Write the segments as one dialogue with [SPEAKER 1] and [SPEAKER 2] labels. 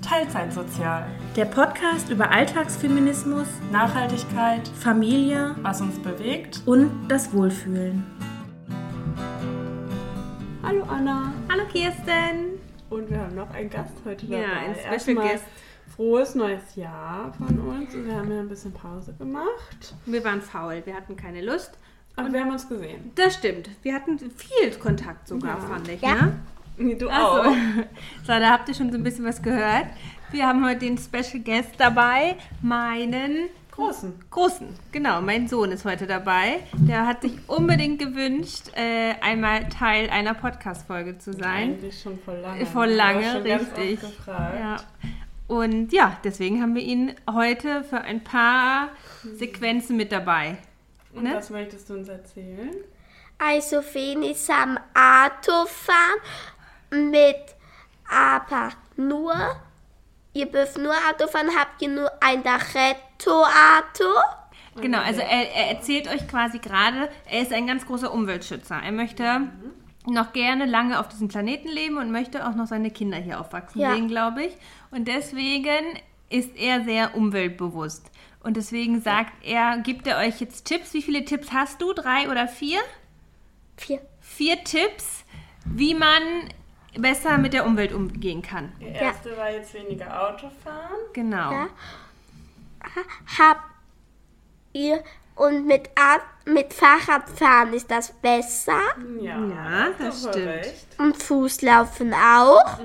[SPEAKER 1] Teilzeitsozial.
[SPEAKER 2] Der Podcast über Alltagsfeminismus,
[SPEAKER 1] Nachhaltigkeit,
[SPEAKER 2] Familie
[SPEAKER 1] was uns bewegt.
[SPEAKER 2] und das Wohlfühlen.
[SPEAKER 3] Hallo Anna.
[SPEAKER 2] Hallo Kirsten!
[SPEAKER 3] Und wir haben noch einen Gast heute
[SPEAKER 2] Ja,
[SPEAKER 3] dabei.
[SPEAKER 2] ein Special
[SPEAKER 3] Erstmal
[SPEAKER 2] Guest.
[SPEAKER 3] Frohes neues Jahr von uns. Und Wir haben ja ein bisschen Pause gemacht.
[SPEAKER 2] Wir waren faul, wir hatten keine Lust.
[SPEAKER 3] Aber wir haben uns gesehen.
[SPEAKER 2] Das stimmt, wir hatten viel Kontakt sogar,
[SPEAKER 3] Ja. Oh.
[SPEAKER 2] fand ich. Ne?
[SPEAKER 3] Du
[SPEAKER 2] Also, so, da habt ihr schon so ein bisschen was gehört. Wir haben heute den Special Guest dabei, meinen
[SPEAKER 3] Großen.
[SPEAKER 2] Großen, genau. Mein Sohn ist heute dabei. Der hat sich unbedingt gewünscht, äh, einmal Teil einer Podcast-Folge zu sein. Äh,
[SPEAKER 3] Eigentlich schon voll lange.
[SPEAKER 2] Vor
[SPEAKER 3] Ich hab
[SPEAKER 2] lange,
[SPEAKER 3] schon
[SPEAKER 2] richtig.
[SPEAKER 3] Ganz oft gefragt.
[SPEAKER 2] Ja. Und ja, deswegen haben wir ihn heute für ein paar Sequenzen mit dabei.
[SPEAKER 3] Und
[SPEAKER 2] Ne?
[SPEAKER 3] was möchtest du uns erzählen?
[SPEAKER 4] Also wenn ich am Auto fahren mit aber nur, ihr dürft nur Auto fahren, habt ihr nur ein Retto-Auto?
[SPEAKER 2] Genau, also er, er erzählt euch quasi gerade, er ist ein ganz großer Umweltschützer. Er möchte
[SPEAKER 3] Mhm.
[SPEAKER 2] noch gerne lange auf diesem Planeten leben und möchte auch noch seine Kinder hier aufwachsen
[SPEAKER 4] Ja.
[SPEAKER 2] sehen, glaube ich. Und deswegen ist er sehr umweltbewusst. Und deswegen sagt er, gibt er euch jetzt Tipps. Wie viele Tipps hast du? Drei oder vier?
[SPEAKER 4] Vier.
[SPEAKER 2] Vier Tipps, wie man besser mit der Umwelt umgehen kann.
[SPEAKER 3] Der erste war jetzt weniger Autofahren.
[SPEAKER 2] Genau.
[SPEAKER 4] Ja. Habt ihr und mit, Ab- mit Fahrrad fahren ist das besser
[SPEAKER 3] Ja,
[SPEAKER 2] Ja,
[SPEAKER 3] da hast du
[SPEAKER 2] das
[SPEAKER 3] voll
[SPEAKER 2] stimmt.
[SPEAKER 3] Recht.
[SPEAKER 4] und Fußlaufen auch.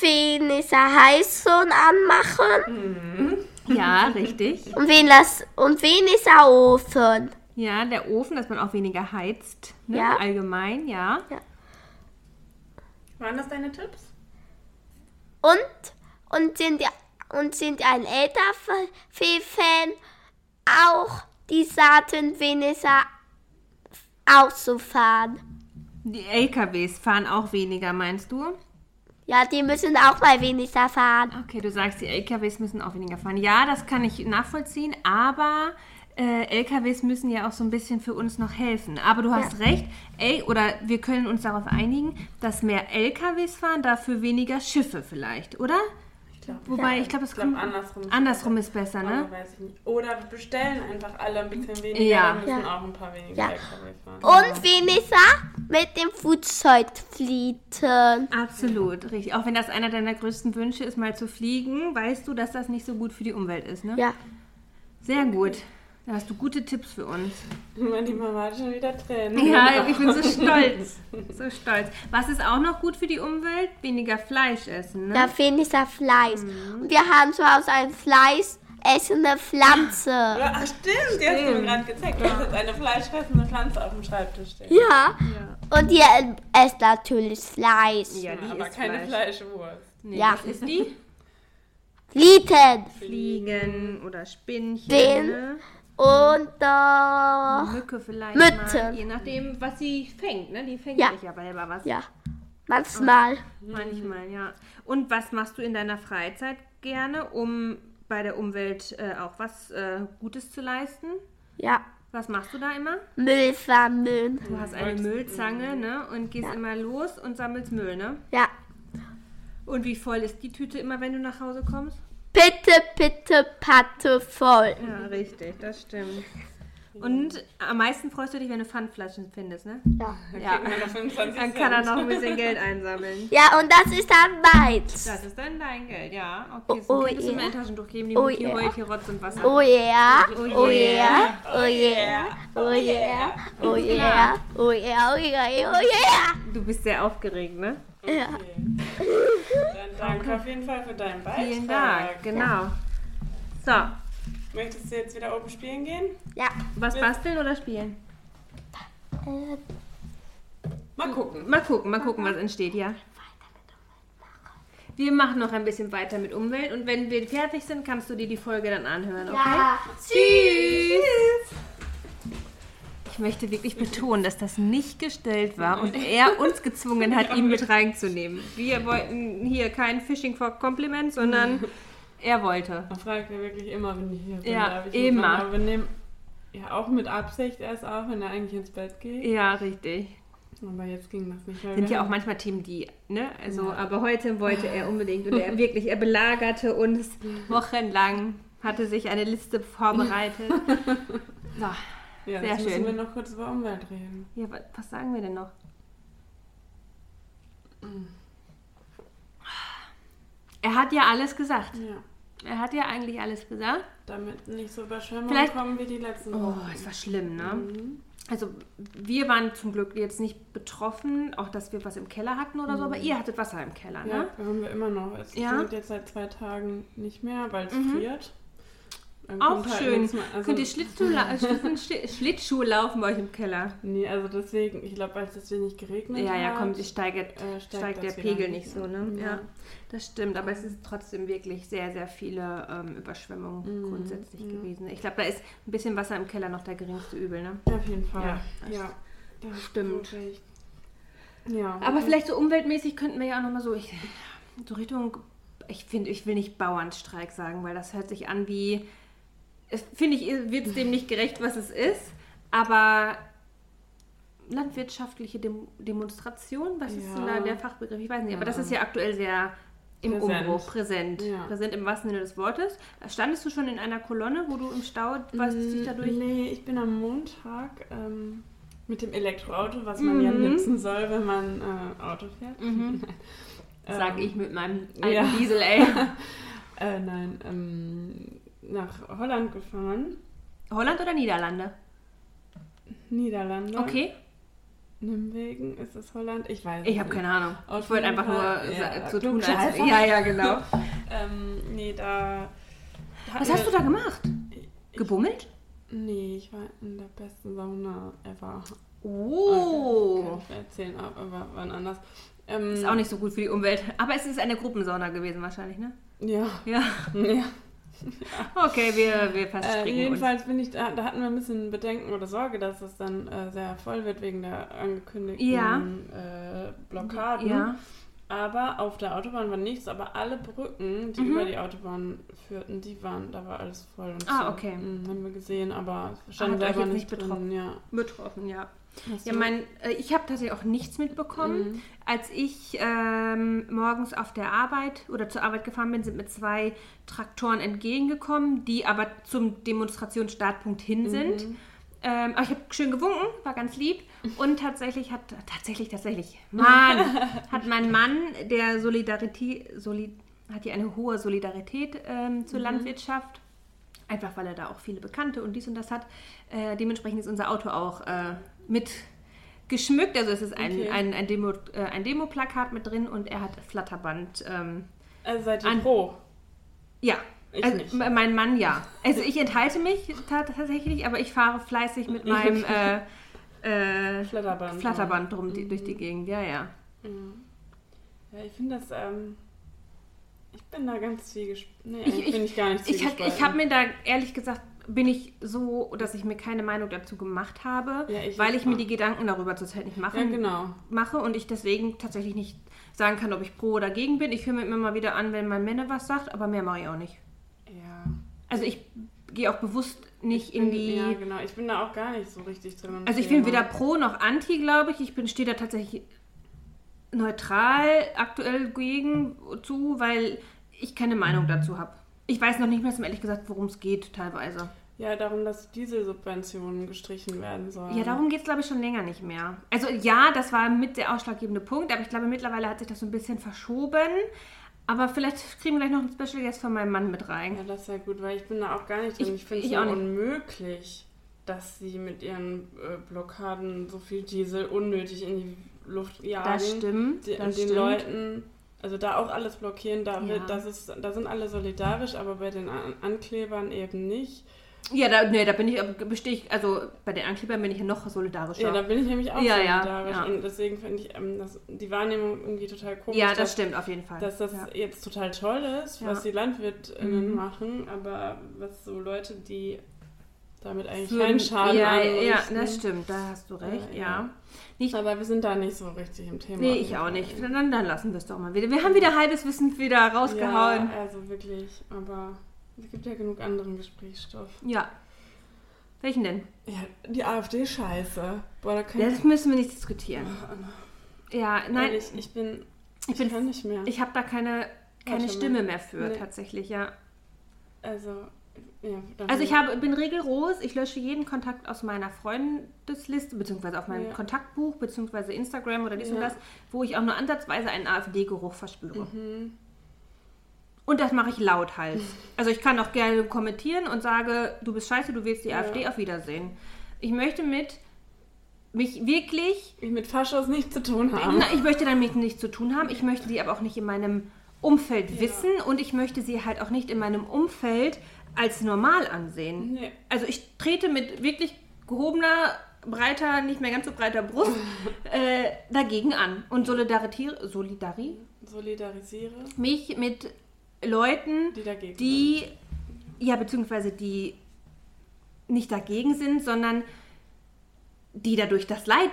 [SPEAKER 4] Wenn ich ein Heißhorn anmachen
[SPEAKER 2] Ja, richtig.
[SPEAKER 4] und wenn, das, und wenn ich ein Ofen.
[SPEAKER 2] Ja, der Ofen, dass man auch weniger heizt. Ne?
[SPEAKER 4] Ja.
[SPEAKER 2] Allgemein, ja.
[SPEAKER 3] Waren das deine Tipps?
[SPEAKER 4] Und, und sind, und sind ein Elterfee-Fan auch die Saaten weniger auszufahren.
[SPEAKER 2] Die LKWs fahren auch weniger, meinst du?
[SPEAKER 4] Ja, die müssen auch mal weniger fahren.
[SPEAKER 2] Okay, du sagst, die LKWs müssen auch weniger fahren. Ja, das kann ich nachvollziehen, aber äh, LKWs müssen ja auch so ein bisschen für uns noch helfen. Aber du hast recht, ey, oder wir können uns darauf einigen, dass mehr LKWs fahren, dafür weniger Schiffe vielleicht, oder?
[SPEAKER 3] Ich glaube.
[SPEAKER 2] Wobei, ich glaube, das
[SPEAKER 3] Ich glaube,
[SPEAKER 2] kommt
[SPEAKER 3] andersrum. ist
[SPEAKER 2] andersrum ist besser,
[SPEAKER 3] Aber
[SPEAKER 2] ne?
[SPEAKER 3] weiß ich nicht. Oder wir bestellen einfach alle ein bisschen weniger,
[SPEAKER 2] Ja.
[SPEAKER 3] dann müssen
[SPEAKER 4] Ja.
[SPEAKER 3] auch ein paar weniger
[SPEAKER 4] Ja.
[SPEAKER 3] LKW fahren.
[SPEAKER 4] Und weniger mit dem Flugzeug fliegen.
[SPEAKER 2] Absolut, richtig. Auch wenn das einer deiner größten Wünsche ist, mal zu fliegen, weißt du, dass das nicht so gut für die Umwelt ist, ne?
[SPEAKER 4] Ja,
[SPEAKER 2] Sehr gut. Da hast du gute Tipps für uns.
[SPEAKER 3] Meine Mama hat schon wieder Tränen.
[SPEAKER 2] Ja, ich bin so stolz. So stolz. Was ist auch noch gut für die Umwelt? Weniger Fleisch essen, ne?
[SPEAKER 4] da weniger Fleiß. Und wir haben zu Hause ein Fleisch essende Pflanze.
[SPEAKER 3] Ach stimmt, die hast du mir gerade gezeigt. Du hast jetzt eine fleischfressende Pflanze auf dem Schreibtisch stehen.
[SPEAKER 4] Ja. Und ihr esst natürlich Fleisch.
[SPEAKER 2] Ja, die
[SPEAKER 3] Aber
[SPEAKER 2] ist
[SPEAKER 3] keine
[SPEAKER 2] Fleisch.
[SPEAKER 3] Fleischwurst.
[SPEAKER 2] Nee,
[SPEAKER 4] Ja.
[SPEAKER 2] Was ist die?
[SPEAKER 4] Lieten.
[SPEAKER 2] Fliegen oder Spinnchen,
[SPEAKER 4] Den-
[SPEAKER 2] ne?
[SPEAKER 4] Und äh,
[SPEAKER 2] Mücke vielleicht
[SPEAKER 4] Mütze.
[SPEAKER 2] mal. Je nachdem, was sie fängt, ne? Die fängt
[SPEAKER 4] Ja.
[SPEAKER 2] sich aber selber was.
[SPEAKER 4] ja, manchmal.
[SPEAKER 2] Manchmal, ja. Und was machst du in deiner Freizeit gerne, um bei der Umwelt äh, auch was äh, Gutes zu leisten?
[SPEAKER 4] Ja,
[SPEAKER 2] Was machst du da immer?
[SPEAKER 4] Müll sammeln.
[SPEAKER 3] Hm,
[SPEAKER 2] Du hast eine Müllzange, ne? Und gehst immer los und sammelst Müll, ne?
[SPEAKER 4] Ja,
[SPEAKER 2] Und wie voll ist die Tüte immer, wenn du nach Hause kommst?
[SPEAKER 4] bitte, bitte, Patte voll.
[SPEAKER 2] Ja, richtig, das stimmt. Und am meisten freust du dich, wenn du Pfandflaschen findest, ne?
[SPEAKER 4] Ja,
[SPEAKER 2] Ja.
[SPEAKER 3] Kriegt man noch 25
[SPEAKER 2] Dann kann er
[SPEAKER 3] Cent.
[SPEAKER 2] noch ein bisschen Geld einsammeln.
[SPEAKER 4] ja und das ist dann meins.
[SPEAKER 2] Das ist dann dein Geld, ja.
[SPEAKER 4] Oh,
[SPEAKER 2] Okay, so
[SPEAKER 4] oh,
[SPEAKER 2] oh, kannst du
[SPEAKER 4] yeah.
[SPEAKER 2] mir ein Taschentuch geben, die
[SPEAKER 4] Oh,
[SPEAKER 2] Mutti
[SPEAKER 4] yeah.
[SPEAKER 2] heult hier Rotz und Wasser.
[SPEAKER 4] Oh yeah,
[SPEAKER 2] Oh
[SPEAKER 4] oh
[SPEAKER 2] yeah.
[SPEAKER 4] yeah, oh yeah, oh yeah, oh yeah,
[SPEAKER 2] Klar.
[SPEAKER 4] oh yeah, oh yeah, oh yeah.
[SPEAKER 2] Du bist sehr aufgeregt, ne?
[SPEAKER 4] Ja,
[SPEAKER 3] Dann danke auf jeden Fall für deinen Beitrag.
[SPEAKER 2] Vielen Dank, genau. So,
[SPEAKER 3] Möchtest du jetzt wieder oben spielen gehen?
[SPEAKER 4] ja.
[SPEAKER 2] was basteln oder spielen?
[SPEAKER 4] Äh,
[SPEAKER 3] Mal gucken.
[SPEAKER 2] Mal gucken, mal gucken, was entsteht, ja. Wir machen noch ein bisschen weiter mit Umwelt und wenn wir fertig sind, kannst du dir die Folge dann anhören, okay?
[SPEAKER 4] Ja,
[SPEAKER 2] Tschüss. Ich möchte wirklich betonen, dass das nicht gestellt war und er uns gezwungen hat, ihn mit reinzunehmen. Wir wollten hier kein Fishing for Compliments, sondern er wollte.
[SPEAKER 3] Man fragt ja wirklich immer, wenn ich hier bin.
[SPEAKER 2] Ja,
[SPEAKER 3] darf ich
[SPEAKER 2] immer.
[SPEAKER 3] mitmachen? Aber wir nehmen ja auch mit Absicht erst auf, wenn er eigentlich ins Bett geht.
[SPEAKER 2] Ja, richtig.
[SPEAKER 3] Aber jetzt ging das nicht. weil
[SPEAKER 2] Sind
[SPEAKER 3] wir
[SPEAKER 2] ja auch
[SPEAKER 3] haben-
[SPEAKER 2] manchmal Themen, die, ne? Also, aber heute wollte er unbedingt und er wirklich, er belagerte uns wochenlang, hatte sich eine Liste vorbereitet. So,
[SPEAKER 3] ja,
[SPEAKER 2] sehr
[SPEAKER 3] jetzt
[SPEAKER 2] schön.
[SPEAKER 3] müssen wir noch kurz über Umwelt reden.
[SPEAKER 2] ja, wa- was sagen wir denn noch? Er hat ja alles gesagt.
[SPEAKER 3] Ja.
[SPEAKER 2] Er hat ja eigentlich alles gesagt.
[SPEAKER 3] Damit nicht so Überschwemmungen
[SPEAKER 2] Vielleicht-
[SPEAKER 3] kommen wie die letzten
[SPEAKER 2] Oh,
[SPEAKER 3] Wochen. Mhm.
[SPEAKER 2] es war schlimm, ne? Also wir waren zum Glück jetzt nicht betroffen, auch dass wir was im Keller hatten oder so, aber ihr hattet Wasser im Keller,
[SPEAKER 3] Ja,
[SPEAKER 2] ne?
[SPEAKER 3] haben wir immer noch. Es
[SPEAKER 2] Ja. Mhm.
[SPEAKER 3] sind jetzt seit zwei Tagen nicht mehr, weil es friert. Dann
[SPEAKER 2] Auch
[SPEAKER 3] kommt halt
[SPEAKER 2] schön.
[SPEAKER 3] nichts mehr. Also,
[SPEAKER 2] Könnt ihr Schlittschuh, la- Schlitten- Schli- Schlittschuh laufen bei euch im Keller?
[SPEAKER 3] Nee, also deswegen, ich glaube, als es wenig geregnet
[SPEAKER 2] Ja,
[SPEAKER 3] hat.
[SPEAKER 2] ja, kommt, es steigert,
[SPEAKER 3] äh, steigt
[SPEAKER 2] steigt der
[SPEAKER 3] das wieder.
[SPEAKER 2] Pegel nicht so, ne?
[SPEAKER 3] Ja.
[SPEAKER 2] Ja, das stimmt, aber es ist trotzdem wirklich sehr, sehr viele ähm, Überschwemmungen
[SPEAKER 3] Mhm.
[SPEAKER 2] grundsätzlich gewesen. Ich glaube, da ist ein bisschen Wasser im Keller noch der geringste Übel, ne?
[SPEAKER 3] Auf jeden Fall.
[SPEAKER 2] Ja.
[SPEAKER 3] Ja. ja. Da hast du
[SPEAKER 2] Stimmt.
[SPEAKER 3] recht. Ja.
[SPEAKER 2] Aber
[SPEAKER 3] Und-
[SPEAKER 2] vielleicht so umweltmäßig könnten wir ja auch nochmal so, ich, so Richtung, ich finde, ich will nicht Bauernstreik sagen, weil das hört sich an wie, es- finde ich, wird es dem nicht gerecht, was es ist, aber landwirtschaftliche Dem Demonstration, was ist denn da
[SPEAKER 3] Ja.
[SPEAKER 2] der Fachbegriff? Ich weiß nicht, aber
[SPEAKER 3] Ja.
[SPEAKER 2] das ist ja aktuell sehr im
[SPEAKER 3] Präsent.
[SPEAKER 2] Umbruch, präsent.
[SPEAKER 3] Ja.
[SPEAKER 2] Präsent im wahrsten Sinne des Wortes. Standest du schon in einer Kolonne, wo du im Stau, was dich dadurch...
[SPEAKER 3] Mm, Nee, ich bin am Montag ähm, mit dem Elektroauto, was man ja
[SPEAKER 2] Mhm.
[SPEAKER 3] nutzen soll, wenn man äh, Auto fährt.
[SPEAKER 2] Mhm. Sag
[SPEAKER 3] Ähm,
[SPEAKER 2] ich mit meinem alten
[SPEAKER 3] ja.
[SPEAKER 2] Diesel, ey.
[SPEAKER 3] Äh, nein, ähm, nach Holland gefahren.
[SPEAKER 2] Holland oder Niederlande?
[SPEAKER 3] Niederlande.
[SPEAKER 2] Okay.
[SPEAKER 3] Nimwegen ist es Holland. Ich weiß
[SPEAKER 2] Ich habe
[SPEAKER 3] keine
[SPEAKER 2] keine Ahnung.
[SPEAKER 3] Auf
[SPEAKER 2] ich wollte
[SPEAKER 3] jeden
[SPEAKER 2] einfach nur
[SPEAKER 3] Fall,
[SPEAKER 2] sa-
[SPEAKER 3] ja,
[SPEAKER 2] so tun, als.
[SPEAKER 3] Klugscheißer.
[SPEAKER 2] Ja, ja, genau.
[SPEAKER 3] Ähm, nee, da.
[SPEAKER 2] Was hast du da gemacht? Gebummelt?
[SPEAKER 3] Nee, ich war in der besten Sauna ever. Äh,
[SPEAKER 2] Oh.
[SPEAKER 3] Kann ich erzählen, ab, aber wann anders. Ähm,
[SPEAKER 2] Ist auch nicht so gut für die Umwelt. Aber es ist eine Gruppensauna gewesen, wahrscheinlich, ne?
[SPEAKER 3] Ja.
[SPEAKER 2] Ja.
[SPEAKER 3] ja.
[SPEAKER 2] Okay, wir, wir
[SPEAKER 3] Äh,
[SPEAKER 2] verstricken uns.
[SPEAKER 3] jedenfalls bin ich da, da hatten wir ein bisschen Bedenken oder Sorge, dass es dann äh, sehr voll wird wegen der angekündigten
[SPEAKER 2] Ja.
[SPEAKER 3] äh, Blockaden.
[SPEAKER 2] Ja.
[SPEAKER 3] Aber auf der Autobahn war nichts, aber alle Brücken, die
[SPEAKER 2] Mhm.
[SPEAKER 3] über die Autobahn führten, die waren, da war alles voll und
[SPEAKER 2] Ah,
[SPEAKER 3] zu.
[SPEAKER 2] okay.
[SPEAKER 3] Mhm, haben wir gesehen, aber es
[SPEAKER 2] hat
[SPEAKER 3] stand
[SPEAKER 2] euch
[SPEAKER 3] selber
[SPEAKER 2] jetzt
[SPEAKER 3] nicht
[SPEAKER 2] nicht
[SPEAKER 3] drin.
[SPEAKER 2] betroffen?
[SPEAKER 3] Ja. Also,
[SPEAKER 2] Betroffen, ja.
[SPEAKER 3] Hast
[SPEAKER 2] Ja,
[SPEAKER 3] du-
[SPEAKER 2] mein, äh, ich habe tatsächlich auch nichts mitbekommen. Als ich ähm, morgens auf der Arbeit oder zur Arbeit gefahren bin, sind mir zwei Traktoren entgegengekommen, die aber zum Demonstrationsstartpunkt hin sind. Ähm, aber ich habe schön gewunken, war ganz lieb. Und tatsächlich hat, tatsächlich, tatsächlich, Mann, hat mein Mann, der Solidarität, Solid, hat ja eine hohe Solidarität ähm, zur Landwirtschaft, einfach weil er da auch viele Bekannte und dies und das hat. Äh, dementsprechend ist unser Auto auch äh, mit geschmückt. Also es ist ein,
[SPEAKER 3] Okay.
[SPEAKER 2] ein, ein, Demo, äh, ein Demo-Plakat mit drin und er hat Flatterband. Ähm,
[SPEAKER 3] Also seid ihr
[SPEAKER 2] An-
[SPEAKER 3] froh?
[SPEAKER 2] ja.
[SPEAKER 3] Ich
[SPEAKER 2] also,
[SPEAKER 3] nicht.
[SPEAKER 2] m- Mein Mann ja. Also ich enthalte mich ta- tatsächlich, aber ich fahre fleißig mit meinem äh, äh,
[SPEAKER 3] Flatterband. mhm.
[SPEAKER 2] Flatterband drum die, durch die Gegend. Ja, ja.
[SPEAKER 3] Ja, ich finde das, ähm, ich bin da ganz zwiegespalten. Nee,
[SPEAKER 2] Ich-
[SPEAKER 3] ich, bin
[SPEAKER 2] ich-
[SPEAKER 3] ich gar nicht
[SPEAKER 2] Ich habe
[SPEAKER 3] zwiegespalten.
[SPEAKER 2] ich hab mir da ehrlich gesagt, bin ich so, dass ich mir keine Meinung dazu gemacht habe,
[SPEAKER 3] Ja, ich
[SPEAKER 2] weil
[SPEAKER 3] jetzt
[SPEAKER 2] ich mir
[SPEAKER 3] auch.
[SPEAKER 2] die Gedanken darüber zurzeit nicht machen,
[SPEAKER 3] ja, genau.
[SPEAKER 2] mache und ich deswegen tatsächlich nicht sagen kann, ob ich pro oder gegen bin. Ich höre mir immer mal wieder an, wenn mein Männer was sagt, aber mehr mache ich auch nicht.
[SPEAKER 3] Ja.
[SPEAKER 2] Also ich gehe auch bewusst nicht
[SPEAKER 3] Ich
[SPEAKER 2] in
[SPEAKER 3] bin-
[SPEAKER 2] die.
[SPEAKER 3] Ja, genau. Ich bin da auch gar nicht so richtig drin. im
[SPEAKER 2] Also ich bin
[SPEAKER 3] Thema.
[SPEAKER 2] weder pro noch anti, glaube ich. Ich bin stehe da tatsächlich neutral aktuell gegen zu, weil ich keine Meinung dazu habe. Ich weiß noch nicht mehr, ehrlich gesagt, worum es geht teilweise.
[SPEAKER 3] Ja, darum, dass Dieselsubventionen gestrichen werden sollen.
[SPEAKER 2] Ja, darum geht es, glaube ich, schon länger nicht mehr. Also ja, das war mit der ausschlaggebende Punkt, aber ich glaube, mittlerweile hat sich das so ein bisschen verschoben. Aber vielleicht kriegen wir gleich noch einen Special Guest von meinem Mann mit rein.
[SPEAKER 3] Ja, das ist ja gut, weil ich bin da auch gar nicht drin.
[SPEAKER 2] Ich-
[SPEAKER 3] Ich, finde es
[SPEAKER 2] ich
[SPEAKER 3] ja
[SPEAKER 2] auch nicht.
[SPEAKER 3] unmöglich, dass sie mit ihren äh, Blockaden so viel Diesel unnötig in die Luft jagen.
[SPEAKER 2] das stimmt.
[SPEAKER 3] Die,
[SPEAKER 2] das
[SPEAKER 3] und den
[SPEAKER 2] stimmt.
[SPEAKER 3] Leuten, also da auch alles blockieren, da,
[SPEAKER 2] Ja.
[SPEAKER 3] wird, das ist, da sind alle solidarisch, aber bei den An Anklebern eben nicht.
[SPEAKER 2] Ja, da, nee, da bin ich, bestehe ich, also bei den Anklebern bin ich ja noch solidarischer.
[SPEAKER 3] Ja, da bin ich nämlich auch
[SPEAKER 2] Ja, ja,
[SPEAKER 3] solidarisch.
[SPEAKER 2] ja.
[SPEAKER 3] Und deswegen finde ich ähm, das, die Wahrnehmung irgendwie total komisch.
[SPEAKER 2] Ja, das
[SPEAKER 3] dass-
[SPEAKER 2] stimmt, auf jeden Fall.
[SPEAKER 3] dass das
[SPEAKER 2] ja.
[SPEAKER 3] jetzt total toll ist,
[SPEAKER 2] Ja.
[SPEAKER 3] was die LandwirtInnen
[SPEAKER 2] Mhm.
[SPEAKER 3] machen, aber was so Leute, die damit eigentlich
[SPEAKER 2] Für-
[SPEAKER 3] keinen Schaden
[SPEAKER 2] ja,
[SPEAKER 3] anrichten.
[SPEAKER 2] ja, das stimmt, da hast du recht,
[SPEAKER 3] Äh,
[SPEAKER 2] ja.
[SPEAKER 3] ja. Aber wir sind da nicht so richtig im Thema.
[SPEAKER 2] Nee, ich auch nicht. Dann, dann lassen wir es doch mal wieder. Wir haben wieder halbes Wissen wieder
[SPEAKER 3] Ja,
[SPEAKER 2] rausgehauen.
[SPEAKER 3] also wirklich, aber es gibt ja genug anderen Gesprächsstoff.
[SPEAKER 2] Ja. Welchen denn?
[SPEAKER 3] Ja, die AfD-Scheiße. Boah, da kann
[SPEAKER 2] Das müssen wir nicht diskutieren. Ja, nein,
[SPEAKER 3] Ehrlich, ich bin. Ich,
[SPEAKER 2] bin-
[SPEAKER 3] kann nicht mehr.
[SPEAKER 2] ich habe da keine,
[SPEAKER 3] Warte
[SPEAKER 2] keine
[SPEAKER 3] mal.
[SPEAKER 2] Stimme mehr für,
[SPEAKER 3] Nee.
[SPEAKER 2] tatsächlich, ja.
[SPEAKER 3] also. Ja, dann-
[SPEAKER 2] Also ich habe, bin regelros, ich lösche jeden Kontakt aus meiner Freundesliste, beziehungsweise auf meinem
[SPEAKER 3] Ja.
[SPEAKER 2] Kontaktbuch, beziehungsweise Instagram oder dies und
[SPEAKER 3] Ja.
[SPEAKER 2] das, wo ich auch nur ansatzweise einen AfD-Geruch verspüre.
[SPEAKER 3] Mhm.
[SPEAKER 2] Und das mache ich laut halt. Also ich kann auch gerne kommentieren und sage, du bist scheiße, du wählst die AfD, auf Wiedersehen. Ich möchte mit mich wirklich
[SPEAKER 3] Ich mit Faschos nichts zu tun haben.
[SPEAKER 2] na, ich möchte damit nichts zu tun haben. Ich möchte die aber auch nicht in meinem Umfeld wissen und ich möchte sie halt auch nicht in meinem Umfeld als normal ansehen.
[SPEAKER 3] Nee.
[SPEAKER 2] Also ich trete mit wirklich gehobener, breiter, nicht mehr ganz so breiter Brust äh, dagegen an und solidarisiere solidari
[SPEAKER 3] Solidarisiere,
[SPEAKER 2] mich mit Leuten,
[SPEAKER 3] die dagegen
[SPEAKER 2] die, ja, beziehungsweise die nicht dagegen sind, sondern die dadurch das Leid,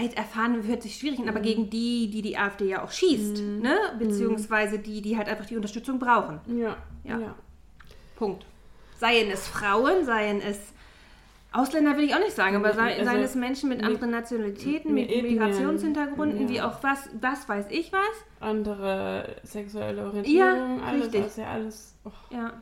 [SPEAKER 2] Leid erfahren, hört sich schwierig an,
[SPEAKER 3] Mhm.
[SPEAKER 2] aber gegen die, die die AfD ja auch schießt, ne? beziehungsweise die, die halt einfach die Unterstützung brauchen.
[SPEAKER 3] sind. Ja.
[SPEAKER 2] Ja.
[SPEAKER 3] ja.
[SPEAKER 2] Punkt. Seien es Frauen, seien es Ausländer, will ich auch nicht sagen, aber sei,
[SPEAKER 3] Also,
[SPEAKER 2] seien es Menschen mit
[SPEAKER 3] mit-
[SPEAKER 2] anderen Nationalitäten,
[SPEAKER 3] mit
[SPEAKER 2] mit Migrationshintergründen,
[SPEAKER 3] Ethnien,
[SPEAKER 2] wie
[SPEAKER 3] ja.
[SPEAKER 2] auch was, was weiß ich was.
[SPEAKER 3] Andere sexuelle Orientierung,
[SPEAKER 2] Ja,
[SPEAKER 3] alles,
[SPEAKER 2] richtig.
[SPEAKER 3] das ist ja alles. Oh,
[SPEAKER 2] Ja.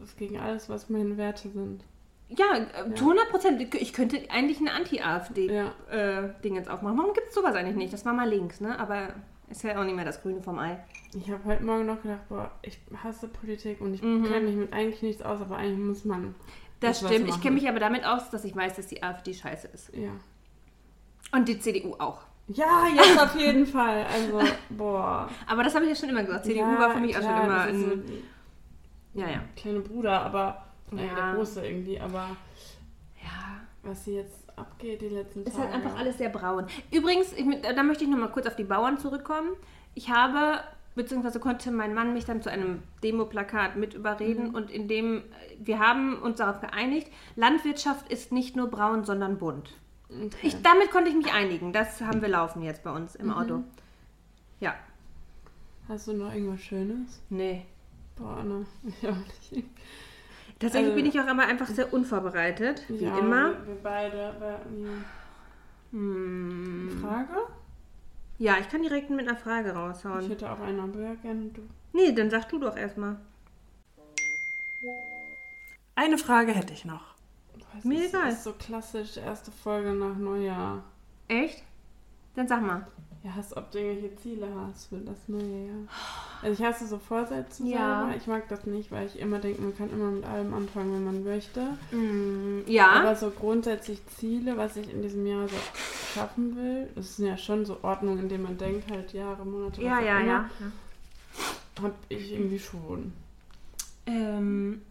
[SPEAKER 3] das ist gegen alles, was meine Werte sind.
[SPEAKER 2] Ja, äh, zu 100 Prozent. Ich könnte eigentlich eine
[SPEAKER 3] Ja.
[SPEAKER 2] Anti-AfD-Ding äh, jetzt aufmachen. Warum gibt es sowas eigentlich nicht? Das war mal links, ne? Aber ist ja auch nicht mehr das Grüne vom Ei.
[SPEAKER 3] Ich habe heute Morgen noch gedacht, boah, ich hasse Politik und ich kenne mich mit eigentlich nichts aus, aber eigentlich muss man.
[SPEAKER 2] Mhm. Das
[SPEAKER 3] muss was
[SPEAKER 2] stimmt. Ich
[SPEAKER 3] machen.
[SPEAKER 2] kenne mich aber damit aus, dass ich weiß, dass die AfD scheiße ist.
[SPEAKER 3] Ja.
[SPEAKER 2] Und die CDU auch.
[SPEAKER 3] Ja, jetzt auf jeden Fall. Also, boah.
[SPEAKER 2] Aber das habe ich ja schon immer gesagt. CDU
[SPEAKER 3] ja,
[SPEAKER 2] war für mich auch schon
[SPEAKER 3] klar,
[SPEAKER 2] immer
[SPEAKER 3] das ist
[SPEAKER 2] ein.
[SPEAKER 3] so
[SPEAKER 2] Ja, ja.
[SPEAKER 3] der kleine Bruder, aber. Oder
[SPEAKER 2] Ja.
[SPEAKER 3] der große irgendwie, aber
[SPEAKER 2] Ja.
[SPEAKER 3] was hier jetzt abgeht die letzten
[SPEAKER 2] Ist
[SPEAKER 3] Tage.
[SPEAKER 2] halt einfach alles sehr braun. Übrigens, ich, mit- da möchte ich nochmal kurz auf die Bauern zurückkommen. Ich habe, beziehungsweise konnte mein Mann mich dann zu einem Demo-Plakat mit
[SPEAKER 3] Mhm.
[SPEAKER 2] überreden und in dem, äh, wir haben uns darauf geeinigt, Landwirtschaft ist nicht nur braun, sondern bunt. Ich, damit konnte ich mich einigen. Das haben wir laufen jetzt bei uns im
[SPEAKER 3] Mhm.
[SPEAKER 2] Auto. Ja,
[SPEAKER 3] Hast du noch irgendwas Schönes?
[SPEAKER 2] nee.
[SPEAKER 3] Boah, ne. Ich auch nicht.
[SPEAKER 2] Tatsächlich
[SPEAKER 3] Also-
[SPEAKER 2] bin ich auch aber einfach sehr unvorbereitet, wie
[SPEAKER 3] Ja,
[SPEAKER 2] immer.
[SPEAKER 3] Wir, wir beide. aber, ja.
[SPEAKER 2] Mhm.
[SPEAKER 3] Frage?
[SPEAKER 2] Ja, ich kann direkt mit einer Frage
[SPEAKER 3] Ich
[SPEAKER 2] raushauen.
[SPEAKER 3] hätte auch einen Hamburger gerne. Du.
[SPEAKER 2] Nee, dann sag du doch erstmal.
[SPEAKER 1] Eine Frage hätte ich noch.
[SPEAKER 3] Boah, es
[SPEAKER 2] Mir
[SPEAKER 3] ist,
[SPEAKER 2] egal.
[SPEAKER 3] ist so klassisch, erste Folge nach Neujahr.
[SPEAKER 2] Echt? Dann sag mal.
[SPEAKER 3] Ja, hast, ob du irgendwelche Ziele hast für das neue Jahr. Also ich hasse so Vorsätze
[SPEAKER 2] Ja.
[SPEAKER 3] selber. Ich mag das nicht, weil ich immer denke, man kann immer mit allem anfangen, wenn man möchte.
[SPEAKER 2] Mm, Ja.
[SPEAKER 3] Aber so grundsätzlich Ziele, was ich in diesem Jahr so schaffen will, das sind ja schon so Ordnung, indem man denkt, halt Jahre, Monate,
[SPEAKER 2] Ja,
[SPEAKER 3] was auch
[SPEAKER 2] ja,
[SPEAKER 3] immer,
[SPEAKER 2] ja.
[SPEAKER 3] Hab ich irgendwie schon.
[SPEAKER 2] Ähm,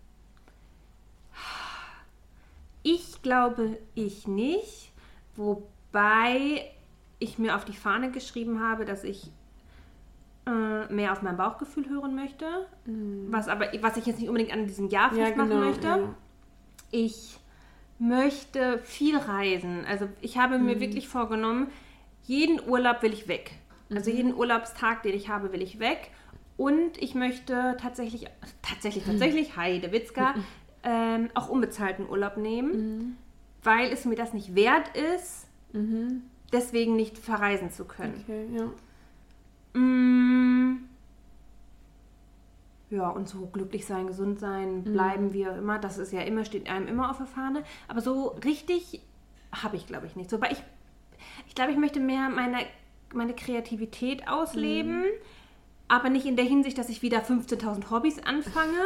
[SPEAKER 2] ich glaube, ich nicht. Wobei ich mir auf die Fahne geschrieben habe, dass ich äh, mehr auf mein Bauchgefühl hören möchte. Was, aber, was ich jetzt nicht unbedingt an diesem Jahr
[SPEAKER 3] Ja,
[SPEAKER 2] festmachen
[SPEAKER 3] genau.
[SPEAKER 2] möchte.
[SPEAKER 3] Ja.
[SPEAKER 2] Ich möchte viel reisen. Also ich habe mir wirklich vorgenommen, jeden Urlaub will ich weg. Also jeden Urlaubstag, den ich habe, will ich weg. Und ich möchte tatsächlich, tatsächlich, tatsächlich, Heide Witzka, ähm, auch unbezahlten Urlaub nehmen, weil es mir das nicht wert ist, deswegen nicht verreisen zu können.
[SPEAKER 3] Okay, ja.
[SPEAKER 2] Mm. Ja, und so glücklich sein, gesund sein, bleiben, wie auch immer, das ist ja immer, steht einem immer auf der Fahne. Aber so richtig habe ich, glaube ich, nicht. So, weil ich, ich glaube, ich möchte mehr meine, meine Kreativität ausleben,
[SPEAKER 3] Mhm.
[SPEAKER 2] aber nicht in der Hinsicht, dass ich wieder 15.000 Hobbys anfange.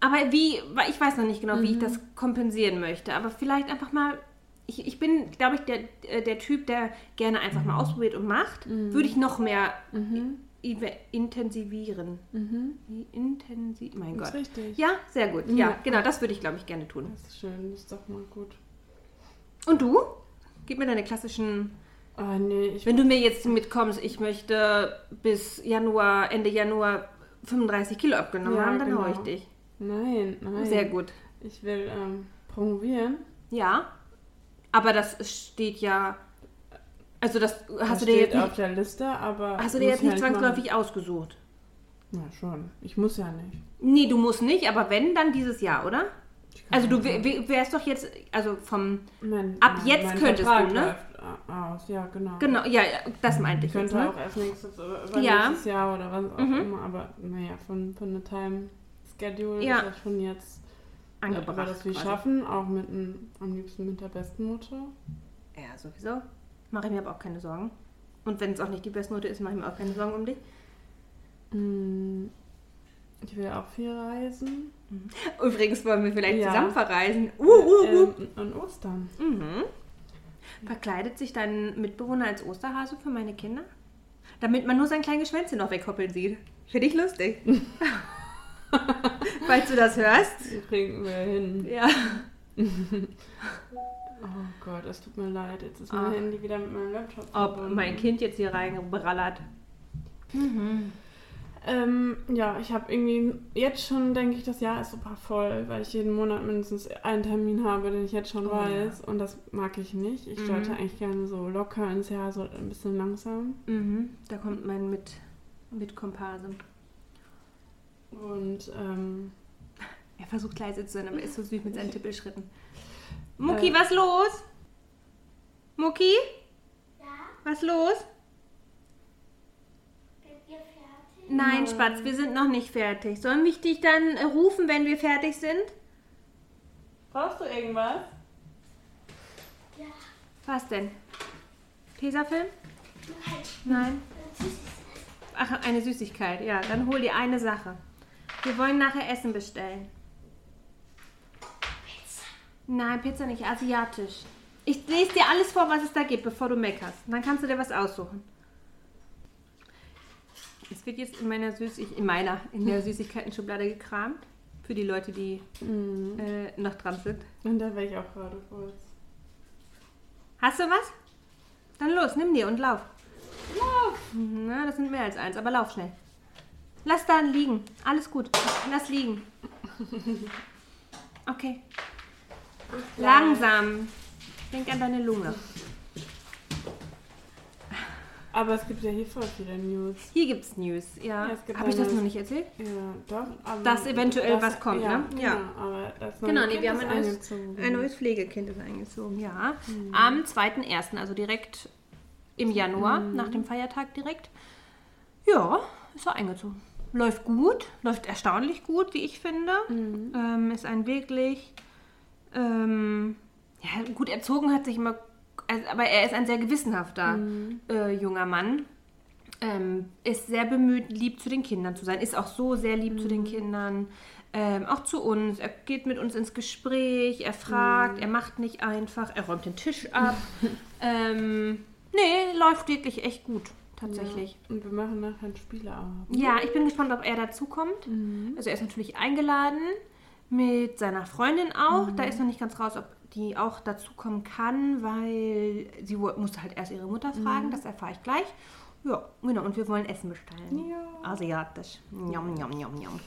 [SPEAKER 2] Aber wie, weil ich weiß noch nicht genau, wie
[SPEAKER 3] Mhm.
[SPEAKER 2] ich das kompensieren möchte. Aber vielleicht einfach mal, ich, ich bin, glaube ich, der, äh, der Typ, der gerne einfach
[SPEAKER 3] Mhm.
[SPEAKER 2] mal ausprobiert und macht. Würde ich noch mehr i- i- intensivieren. Wie Intensiv, mein
[SPEAKER 3] Mhm. Ist
[SPEAKER 2] Gott.
[SPEAKER 3] richtig. Mhm.
[SPEAKER 2] Ja, sehr gut. Ja,
[SPEAKER 3] Ja.
[SPEAKER 2] genau, das würde ich, glaube ich, gerne tun.
[SPEAKER 3] Das ist schön, das ist doch mal gut.
[SPEAKER 2] Und du? Gib mir deine klassischen
[SPEAKER 3] Ah, nee, ich
[SPEAKER 2] Wenn du mir jetzt mitkommst, ich möchte bis Januar, Ende Januar 35 Kilo abgenommen
[SPEAKER 3] Ja,
[SPEAKER 2] haben, dann
[SPEAKER 3] genau.
[SPEAKER 2] hau ich dich.
[SPEAKER 3] Nein, nein.
[SPEAKER 2] Sehr gut.
[SPEAKER 3] Ich will ähm, promovieren.
[SPEAKER 2] Ja. Aber das steht ja. Also das hast du
[SPEAKER 3] Das
[SPEAKER 2] dir
[SPEAKER 3] steht
[SPEAKER 2] jetzt
[SPEAKER 3] auf
[SPEAKER 2] nicht,
[SPEAKER 3] der Liste, aber.
[SPEAKER 2] hast du dir
[SPEAKER 3] muss
[SPEAKER 2] jetzt
[SPEAKER 3] ich halt
[SPEAKER 2] nicht
[SPEAKER 3] ja
[SPEAKER 2] zwangsläufig ausgesucht.
[SPEAKER 3] machen. Na schon. Ich muss ja nicht.
[SPEAKER 2] Nee, du musst nicht, aber wenn, dann dieses Jahr, oder? Also du wär- wär- wärst doch jetzt, also vom,
[SPEAKER 3] Mein,
[SPEAKER 2] Ab jetzt könntest
[SPEAKER 3] Vertrag
[SPEAKER 2] du, ne?
[SPEAKER 3] läuft a- Aus. Ja, genau.
[SPEAKER 2] genau, ja, ja, das meinte
[SPEAKER 3] Ich
[SPEAKER 2] ich jetzt,
[SPEAKER 3] könnte auch
[SPEAKER 2] ne?
[SPEAKER 3] erst nächstes oder
[SPEAKER 2] Ja.
[SPEAKER 3] nächstes Jahr oder was auch
[SPEAKER 2] Mhm.
[SPEAKER 3] immer, aber naja, von, von der Time Schedule
[SPEAKER 2] Ja.
[SPEAKER 3] ist das schon jetzt,
[SPEAKER 2] Angebracht.
[SPEAKER 3] wenn wir das wir
[SPEAKER 2] quasi.
[SPEAKER 3] schaffen, auch mit einem, am liebsten mit der besten Note.
[SPEAKER 2] Ja, sowieso. Mache ich mir aber auch keine Sorgen. Und wenn es auch nicht die Bestnote ist, mache ich mir auch keine Sorgen um dich.
[SPEAKER 3] Mm, Ich will auch viel reisen.
[SPEAKER 2] Übrigens wollen wir vielleicht
[SPEAKER 3] Ja.
[SPEAKER 2] zusammen verreisen. Uh, uh, uh.
[SPEAKER 3] Ähm, und Ostern.
[SPEAKER 2] Mhm. Verkleidet sich dein Mitbewohner als Osterhase für meine Kinder? Damit man nur sein kleines Schwänzchen noch weghoppeln sieht. Finde ich lustig. Falls du das hörst.
[SPEAKER 3] Die kriegen wir hin.
[SPEAKER 2] Ja.
[SPEAKER 3] Oh Gott, es tut mir leid. Jetzt ist
[SPEAKER 2] Ah.
[SPEAKER 3] mein Handy wieder mit meinem Laptop
[SPEAKER 2] Ob
[SPEAKER 3] verbunden.
[SPEAKER 2] mein Kind jetzt hier reingebrallert.
[SPEAKER 3] Ähm, ja, ich habe irgendwie jetzt schon, denke ich, das Jahr ist super voll, weil ich jeden Monat mindestens einen Termin habe, den ich jetzt
[SPEAKER 2] Oh
[SPEAKER 3] schon weiß. Und das mag ich nicht. Ich sollte eigentlich gerne so locker ins Jahr, so ein bisschen langsam.
[SPEAKER 2] Mhm. Da kommt mein Mit Mitkomparse.
[SPEAKER 3] Und ähm,
[SPEAKER 2] Er versucht leise zu sein, aber ist so süß mit seinen Tippelschritten. Mucki, was los? Mucki? Was los? Nein, Spatz, wir sind noch nicht fertig. Sollen wir dich dann äh, rufen, wenn wir fertig sind?
[SPEAKER 3] brauchst du irgendwas?
[SPEAKER 2] Was denn? Tesafilm? Nein. Ach, eine Süßigkeit. Ja, dann hol dir eine Sache. Wir wollen nachher Essen bestellen. Nein, Pizza nicht. Asiatisch. Ich lese dir alles vor, was es da gibt, bevor du meckerst. Dann kannst du dir was aussuchen. Es wird jetzt in meiner Süß ich- in meiner in der Süßigkeiten-Schublade gekramt für die Leute, die
[SPEAKER 3] Mhm.
[SPEAKER 2] äh, noch dran sind.
[SPEAKER 3] Und da wäre ich auch gerade kurz.
[SPEAKER 2] Hast du was? Dann los, nimm dir und lauf. Lauf! Na, das sind mehr als eins, aber lauf schnell. Lass da liegen. Alles gut. Lass liegen. Okay. Langsam. Denk an deine Lunge.
[SPEAKER 3] Aber es gibt ja hier voll viele News.
[SPEAKER 2] Hier gibt's News. Ja.
[SPEAKER 3] Ja, es gibt
[SPEAKER 2] Habe ich das
[SPEAKER 3] eine-
[SPEAKER 2] noch nicht erzählt?
[SPEAKER 3] Ja, doch. Aber
[SPEAKER 2] Dass eventuell was kommt,
[SPEAKER 3] ja,
[SPEAKER 2] ne? Ja.
[SPEAKER 3] Ja, aber das
[SPEAKER 2] Genau, nee, wir haben ein neues,
[SPEAKER 3] eingezogen.
[SPEAKER 2] ein neues Pflegekind ist eingezogen, ja. Am 2.1., also direkt im Januar, nach dem Feiertag direkt. Ja, ist er eingezogen. Läuft gut, läuft erstaunlich gut, wie ich finde. Ähm, ist ein wirklich ähm, ja, gut erzogen, hat sich immer, also, aber er ist ein sehr gewissenhafter äh, junger Mann. Ähm, ist sehr bemüht, lieb zu den Kindern zu sein. Ist auch so sehr lieb zu den Kindern. Ähm, auch zu uns. Er geht mit uns ins Gespräch. Er fragt. Er macht nicht einfach. Er räumt den Tisch ab. ähm, nee, läuft wirklich echt gut. Tatsächlich.
[SPEAKER 3] Und wir machen nachher ein Spieleabend.
[SPEAKER 2] Ja, ich bin gespannt, ob er dazukommt. Also er ist natürlich eingeladen mit seiner Freundin auch. Da ist noch nicht ganz raus, ob die auch dazukommen kann, weil sie wo- musste halt erst ihre Mutter fragen. Das erfahre ich gleich. Ja, genau. Und wir wollen Essen bestellen.
[SPEAKER 3] Ja.
[SPEAKER 2] Asiatisch. Njam, njam, njam, njam.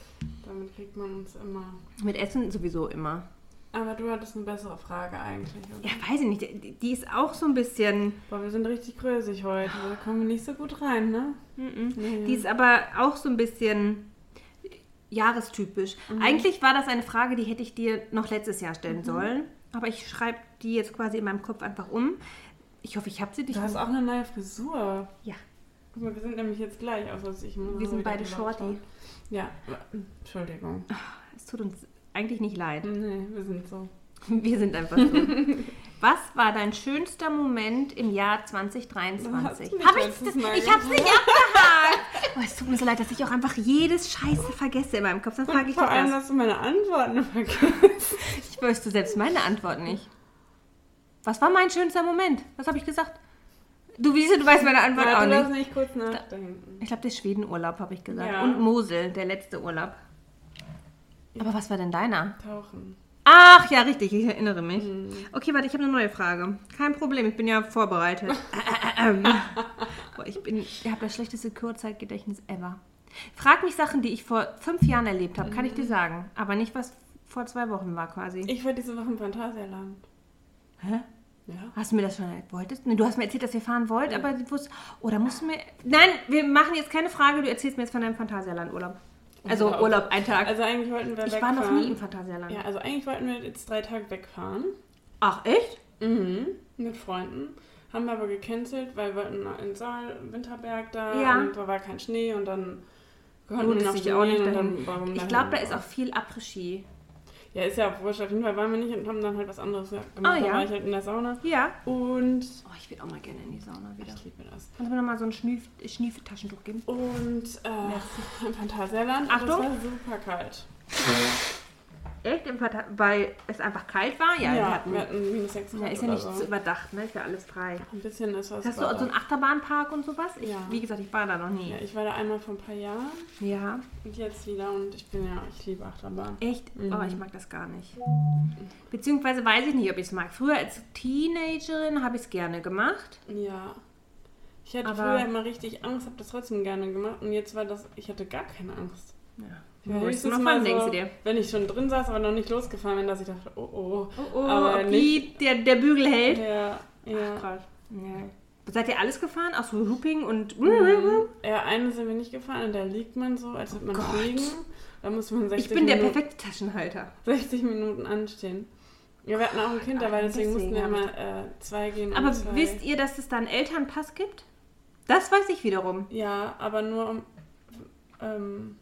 [SPEAKER 3] Damit kriegt man uns immer.
[SPEAKER 2] Mit Essen sowieso immer.
[SPEAKER 3] Aber du hattest eine bessere Frage eigentlich. Oder?
[SPEAKER 2] Ja, weiß ich nicht. Die die ist auch so ein bisschen...
[SPEAKER 3] Boah, wir sind richtig größig heute. Da kommen wir nicht so gut rein, ne? Nee.
[SPEAKER 2] Die ist aber auch so ein bisschen jahrestypisch.
[SPEAKER 3] Mhm.
[SPEAKER 2] Eigentlich war das eine Frage, die hätte ich dir noch letztes Jahr stellen sollen. Aber ich schreibe die jetzt quasi in meinem Kopf einfach um. Ich hoffe, ich habe sie dich.
[SPEAKER 3] Du hast auch eine neue Frisur.
[SPEAKER 2] Ja.
[SPEAKER 3] Guck mal, wir sind nämlich jetzt gleich, außer dass ich muss.
[SPEAKER 2] Wir sind beide Shorty.
[SPEAKER 3] Ja, Entschuldigung.
[SPEAKER 2] Es tut uns eigentlich nicht leid.
[SPEAKER 3] Nee, wir sind so.
[SPEAKER 2] Wir sind einfach so. Was war dein schönster Moment im Jahr 2023?
[SPEAKER 3] Hast du mich
[SPEAKER 2] Habe ich
[SPEAKER 3] letztes
[SPEAKER 2] das?
[SPEAKER 3] Mal
[SPEAKER 2] Ich habe es nicht abgehakt. Oh, es tut mir so leid, dass ich auch einfach jedes Scheiße vergesse in meinem Kopf. Dann frage ich dich
[SPEAKER 3] Vor allem
[SPEAKER 2] das.
[SPEAKER 3] hast du meine Antworten vergessen.
[SPEAKER 2] Ich wüsste selbst meine Antwort nicht. Was war mein schönster Moment? Was habe ich gesagt? Du, wieso, du weißt meine Antwort
[SPEAKER 3] Warte,
[SPEAKER 2] auch
[SPEAKER 3] lass mich
[SPEAKER 2] nicht.
[SPEAKER 3] kurz nachdenken.
[SPEAKER 2] Ich glaube, der Schwedenurlaub habe ich gesagt.
[SPEAKER 3] Ja.
[SPEAKER 2] Und Mosel, der letzte Urlaub. Aber was war denn deiner?
[SPEAKER 3] Tauchen.
[SPEAKER 2] Ach ja, richtig, ich erinnere mich.
[SPEAKER 3] Mhm.
[SPEAKER 2] Okay, warte, ich habe eine neue Frage. Kein Problem, ich bin ja vorbereitet. Ähm. Boah, ich bin, ich habe das schlechteste Kurzzeitgedächtnis ever. Frag mich Sachen, die ich vor fünf Jahren erlebt habe, kann ich dir
[SPEAKER 3] Mhm.
[SPEAKER 2] sagen. Aber nicht, was vor zwei Wochen war quasi.
[SPEAKER 3] Ich war diese Woche im Phantasialand.
[SPEAKER 2] Hä?
[SPEAKER 3] Ja.
[SPEAKER 2] Hast du mir das schon wolltest? Nee, du hast mir erzählt, dass ihr fahren wollt, aber du wusst. Oder musst du mir. Nein, wir machen jetzt keine Frage, du erzählst mir jetzt von deinem Phantasialand-Urlaub. Also
[SPEAKER 3] Urlaub.
[SPEAKER 2] Urlaub, ein Tag.
[SPEAKER 3] Also eigentlich wollten wir
[SPEAKER 2] ich war
[SPEAKER 3] wegfahren.
[SPEAKER 2] noch nie im Phantasialand.
[SPEAKER 3] Ja, also eigentlich wollten wir jetzt drei Tage wegfahren.
[SPEAKER 2] Ach, echt?
[SPEAKER 3] Mhm. Mit Freunden. Haben wir aber gecancelt, weil wir wollten in Saal, Winterberg da
[SPEAKER 2] Ja.
[SPEAKER 3] und da war kein Schnee und dann konnten
[SPEAKER 2] Lohnt
[SPEAKER 3] wir
[SPEAKER 2] es
[SPEAKER 3] noch
[SPEAKER 2] sich auch nicht
[SPEAKER 3] und
[SPEAKER 2] dahin.
[SPEAKER 3] dann warum
[SPEAKER 2] Ich
[SPEAKER 3] dahin?
[SPEAKER 2] glaube, da ist auch viel Après-Ski.
[SPEAKER 3] Ja, ist ja auch wurscht. Auf jeden Fall waren wir nicht und haben dann halt was anderes gemacht.
[SPEAKER 2] Ah, ja.
[SPEAKER 3] Da war ich halt in der Sauna
[SPEAKER 2] Ja. und
[SPEAKER 3] und...
[SPEAKER 2] Oh, ich will auch mal gerne in die Sauna wieder.
[SPEAKER 3] Ich liebe das.
[SPEAKER 2] Kannst du mir nochmal so ein Schnief Schnieftaschentuch geben?
[SPEAKER 3] Und äh, im Phantasialand.
[SPEAKER 2] Achtung.
[SPEAKER 3] Das war super kalt.
[SPEAKER 2] Echt? Im Phanta- weil es einfach kalt war? Ja, wir hatten.
[SPEAKER 3] wir hatten minus 6
[SPEAKER 2] Da
[SPEAKER 3] Grad
[SPEAKER 2] ist ja
[SPEAKER 3] oder
[SPEAKER 2] nichts
[SPEAKER 3] so.
[SPEAKER 2] überdacht, ne? Ist ja alles frei.
[SPEAKER 3] Ein bisschen ist was.
[SPEAKER 2] Hast du
[SPEAKER 3] war
[SPEAKER 2] auch so einen
[SPEAKER 3] da.
[SPEAKER 2] Achterbahnpark und sowas? Ich,
[SPEAKER 3] Ja.
[SPEAKER 2] Wie gesagt, ich war da noch nie.
[SPEAKER 3] ja, ich war da einmal vor ein paar Jahren
[SPEAKER 2] Ja.
[SPEAKER 3] und jetzt wieder und ich bin ja, ich liebe Achterbahn.
[SPEAKER 2] Echt? Oh, ich mag das gar nicht. Beziehungsweise weiß ich nicht, ob ich es mag. Früher als Teenagerin habe ich es gerne gemacht.
[SPEAKER 3] Ja. Ich hatte
[SPEAKER 2] Aber-
[SPEAKER 3] früher immer richtig Angst, habe das trotzdem gerne gemacht und jetzt war das, ich hatte gar keine Angst.
[SPEAKER 2] Ja.
[SPEAKER 3] Ich war
[SPEAKER 2] Wo ist
[SPEAKER 3] höchstens
[SPEAKER 2] noch
[SPEAKER 3] mal
[SPEAKER 2] mal,
[SPEAKER 3] so,
[SPEAKER 2] denkst du dir?
[SPEAKER 3] Wenn ich schon drin saß, aber noch nicht losgefahren bin, dass ich dachte, oh oh.
[SPEAKER 2] Oh, oh,
[SPEAKER 3] aber
[SPEAKER 2] ob
[SPEAKER 3] nicht.
[SPEAKER 2] die, der, der Bügel hält.
[SPEAKER 3] Ja, ja.
[SPEAKER 2] Krass. Nee. Seid ihr alles gefahren? Auch so Looping und...
[SPEAKER 3] Ähm, ja, eine sind wir nicht gefahren und da liegt man so, als ob man fliegen. Da muss man 60
[SPEAKER 2] Ich bin der
[SPEAKER 3] Minuten,
[SPEAKER 2] perfekte Taschenhalter.
[SPEAKER 3] 60 Minuten anstehen. Ja, wir hatten auch ein Kind dabei, deswegen mussten wir
[SPEAKER 2] Deswegen
[SPEAKER 3] immer äh, zwei gehen.
[SPEAKER 2] Aber
[SPEAKER 3] und zwei.
[SPEAKER 2] wisst ihr, dass es da einen Elternpass gibt? Das weiß ich wiederum.
[SPEAKER 3] Ja, aber nur um, ähm,